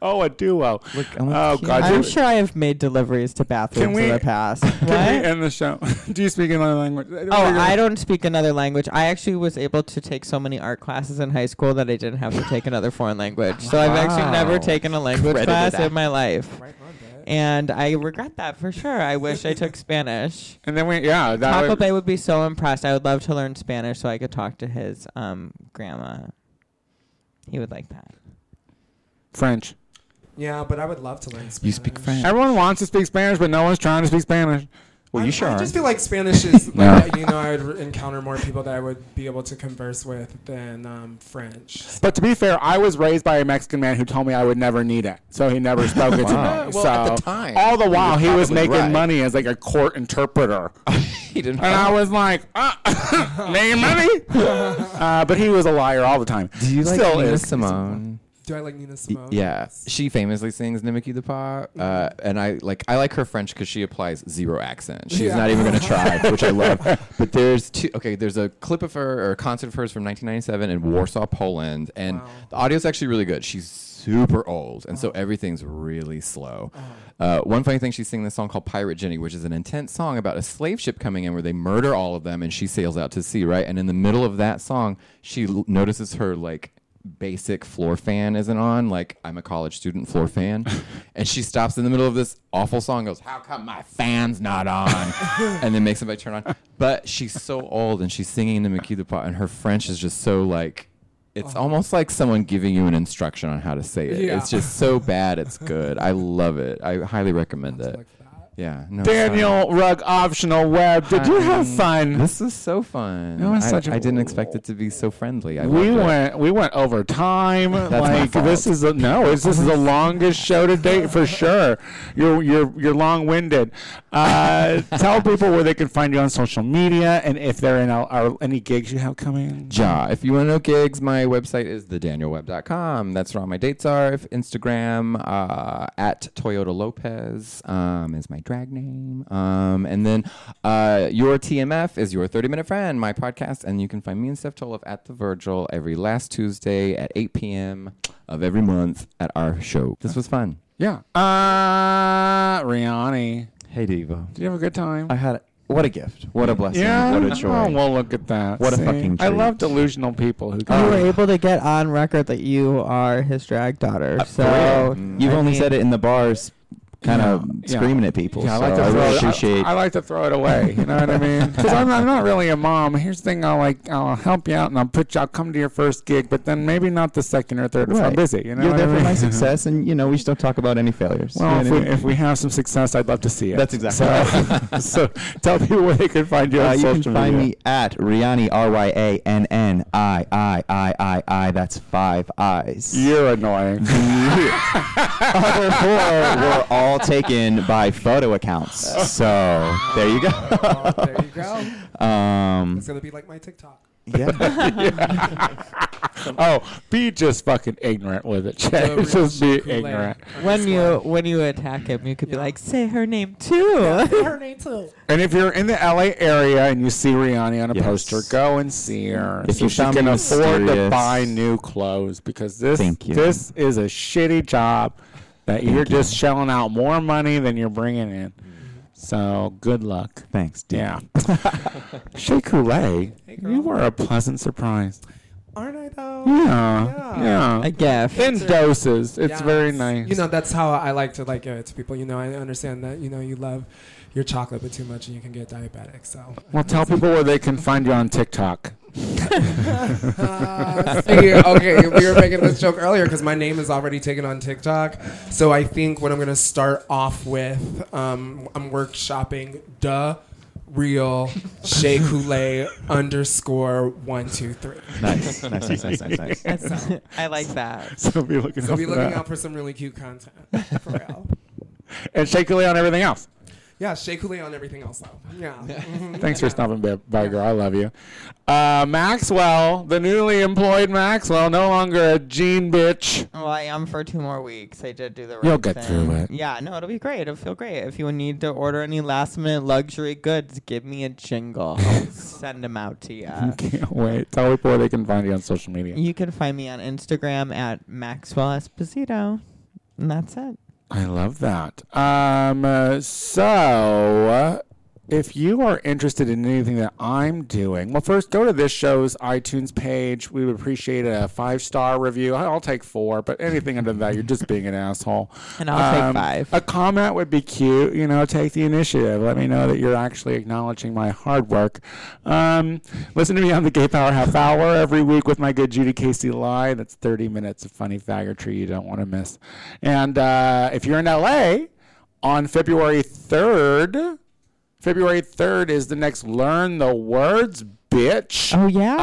oh, a duo.
Look, I'm
oh
cute.
God,
I'm
you-
sure I have made deliveries to bathrooms in
we-
the past.
Can
What?
we uh, end the show? Do you speak another language?
Oh, I don't speak another language. I actually was able to take so many art classes in high school that I didn't have to take another foreign language. So I've actually never
Wow.
taken a language
Credited
class
act-
in my life. And I regret that for sure. I wish I took Spanish.
And then we, yeah, that
Papa
would-
Bay would be so impressed. I would love to learn Spanish so I could talk to his um, grandma. He would like that.
French.
Yeah, but I would love to learn Spanish.
you speak French
Everyone wants to speak Spanish, but no one's trying to speak Spanish.
well you
I,
sure
I
are.
just feel like Spanish is like
No.
you know I would re- encounter more people that I would be able to converse with than um, French.
But to be fair, I was raised by a Mexican man who told me I would never need it, so he never spoke it to me.
Wow.
so
Well, at the time,
all the while, he
you're
was
probably
making
right.
money as like a court interpreter,
He didn't
and I was like, uh, making money. uh, but he was a liar all the time.
Do you like
Still
Nina
is.
Simone?
Do I like Nina
Y-
Simone? Mm-hmm.
Yeah, she famously sings "Nimiki the Pa," uh, and I like I like her French because she applies zero accent. She's
Yeah.
not even gonna try, which I love. But there's two. Okay, there's a clip of her or a concert of hers from 1997 in Warsaw, Poland, and
Wow.
the audio's actually really good. She's super old, and so everything's really slow. Uh, one funny thing, she's singing this song called "Pirate Jenny," which is an intense song about a slave ship coming in where they murder all of them, and she sails out to sea. Right, and in the middle of that song, she l- notices her like basic floor fan isn't on. Like I'm a college student floor fan, and she stops in the middle of this awful song. And goes, how come my fan's not on? and then makes somebody turn on. But she's so old, and she's singing the Mickey the Pot, and her French is just so like.
Oh.
It's almost like someone giving you an instruction on how to say it.
Yeah.
It's just so bad, it's good. I love it. I highly recommend it.
Like that.
Yeah. No,
Daniel Rugg Optional Web, did you have
Hi.
fun?
This is so fun.
It was
I,
such a-
I didn't expect it to be so friendly. I loved
we
it.
went we went over time.
my
like
fault.
this is a, no, it's, this is the longest show to date for sure. You're you're you're long winded. Uh, tell people where they can find you on social media and if they're in our, our- any gigs you have coming.
Ja. If you want to know gigs, my website is thedanielweb.com. That's where all my dates are. If Instagram uh, at Toyota Lopez um, is my drag name, um, and then uh, your TMF is your thirty minute friend, my podcast, and you can find me and Steph Toloff at the Virgil every last Tuesday at eight p.m. of every month at our show. This was fun.
Yeah. Uh, Rihanna,
Hey, Diva.
did you have a good time?
I had what a gift. What a blessing.
yeah.
What a joy.
Oh, well, look at that.
What a
See?
fucking
I love
treat.
delusional people who.
you
can-
Um,
were able to get on record that you are his drag daughter. so
Uh, Mm. You've
I
only
mean-
said it in the bars, kind of
Mm. Yeah.
screaming at people.
Yeah, I
so
like to
I
throw
really
it, I-
appreciate.
I, like to throw it away. You know what I mean? Because I'm, I'm not really a mom. Here's the thing: I'll like I'll help you out and I'll put you. I'll come to your first gig, but then maybe not the second or third if I'm
Right.
busy. You know
You're
what
there
I
for
mean?
my success, and you know we just don't talk about any failures.
Well,
You
if
know
we,
what I mean?
if we have some success, I'd love to see it.
That's exactly right.
so, so tell people where they can find you on
Uh, you
social
can find
media.
me at Riani R Y A N N I I I I I. That's five eyes.
You're annoying.
Other four were all taken by photo accounts. So there you
Oh,
go.
there you go.
Um,
It's gonna be like my TikTok.
yeah.
oh, be just fucking ignorant with it, Jay.
The real
just be
Kool-Aid.
ignorant.
when you when you attack him, you could be like, say her name too.
And if you're in the LA area and you see Rihanna on a
Yes.
poster, go and see her.
If
so
you
she
found
can
me
afford to
mysterious-
buy new clothes because this
Thank you.
this is a shitty job that you're just shelling out more money than you're bringing in. So good luck.
Thanks, dude.
Yeah. Shea Coulee, you were a pleasant surprise.
Aren't I though?
Yeah. Yeah.
A gift.
in doses. It's
Yeah,
very
it's-
nice.
You know, that's how I like to like give it to people. You know, I understand that you know you love your chocolate, but too much and you can get diabetic. So
well, tell people where they can find you on TikTok.
Uh, see, okay, we were making this joke earlier because my name is already taken on TikTok. So I think what I'm gonna start off with, um, I'm workshopping the real Shea Coulee underscore one two three.
Nice. Nice. Nice. Nice. Nice. nice.
That's- I like that.
So be looking
So
out
be
for
looking
that.
out for some really cute content. For real.
And Shea Coulee on everything else.
Yeah, Shea Coulee on everything else though. Yeah. Mhm.
Thanks for stopping by, by, girl. I love you. Uh, Maxwell, the newly employed Maxwell, no longer a gene bitch.
Well, I am for two more weeks. I did do the right
You'll get
thing.
through it.
Yeah, no, it'll be great. It'll feel great. If you need to order any last minute luxury goods, give me a jingle. I'll send them out to you.
Can't wait. Tell people where they can find you on social media.
You can find me on Instagram at Maxwell Esposito. And that's it.
I love that. Um, uh, so, if you are interested in anything that I'm doing, well, first go to this show's iTunes page. We would appreciate a five star review. I'll take four, but anything under that, you're just being an asshole. Um,
And I'll take five.
A comment would be cute. You know, take the initiative. Let me know that you're actually acknowledging my hard work. Um, listen to me on the Gay Power Half Hour every week with my good Judy Casey Lie. That's 30 minutes of funny faggotry you don't want to miss. And uh, if you're in LA on February 3rd, February 3rd is the next Learn the Words, bitch.
Oh, yeah.
Um,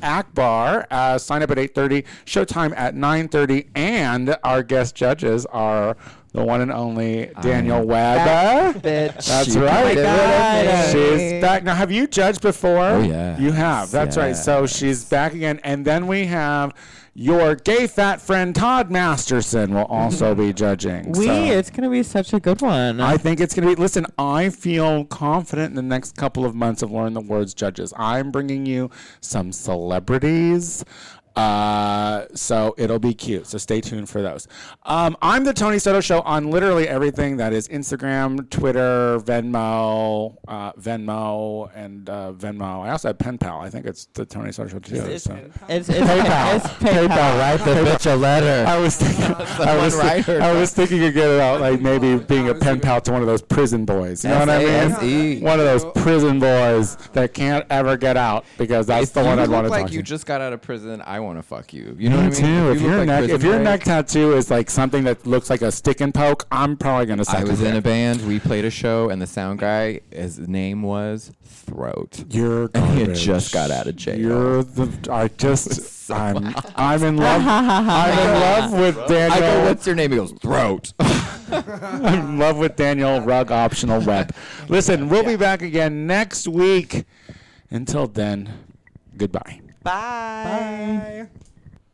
at Akbar. Uh, sign up at 8.30, showtime at 9.30. And our guest judges are the one and only Daniel Webber.
Bitch.
That's
She
right.
did it
again.
She's back. Now, have you judged before? Oh,
yes.
You have. That's right. So she's back again. And then we have your gay fat friend, Todd Masterson, will also be judging.
We,
So-
it's going to be such a good one.
I think it's going to be. Listen, I feel confident in the next couple of months of Learn the Words judges. I'm bringing you some celebrities. Uh, so it'll be cute. So stay tuned for those. Um, I'm the Tony Soto Show on literally everything that is Instagram, Twitter, Venmo, uh, Venmo, and uh, Venmo. I also have Pen Pal. I think it's the Tony Soto Show too.
it's,
so.
it's, it's, PayPal. it's PayPal.
Write the bitch a letter.
I was thinking, I
one
was, thi-
writer.
I was thinking again about like maybe being a pen pal to one of those prison boys. You know what I mean?
E.
S-A-S-E.
One of those prison boys that can't ever get out because that's
if
the one
you
I'd want
look
to
like
talk
you
to.
just got out of prison, I want to fuck you. You know what I
Me
mean?
too. If,
you look
your
like
neck,
Prison
if your
Break-
neck tattoo is like something that looks like a stick and poke, I'm probably gonna. Suck
I was
your
in a
dick.
band. We played a show, and the sound guy, his name was Throat.
You're
And he had
garbage.
just got out of jail.
You're the. I just. I'm. I'm in love. I'm in love with
I go,
Daniel.
what's your name? He goes, Throat.
I'm in love with Daniel Rug Optional Web. Listen, we'll be back again next week. Until then, goodbye.
Bye.
Bye.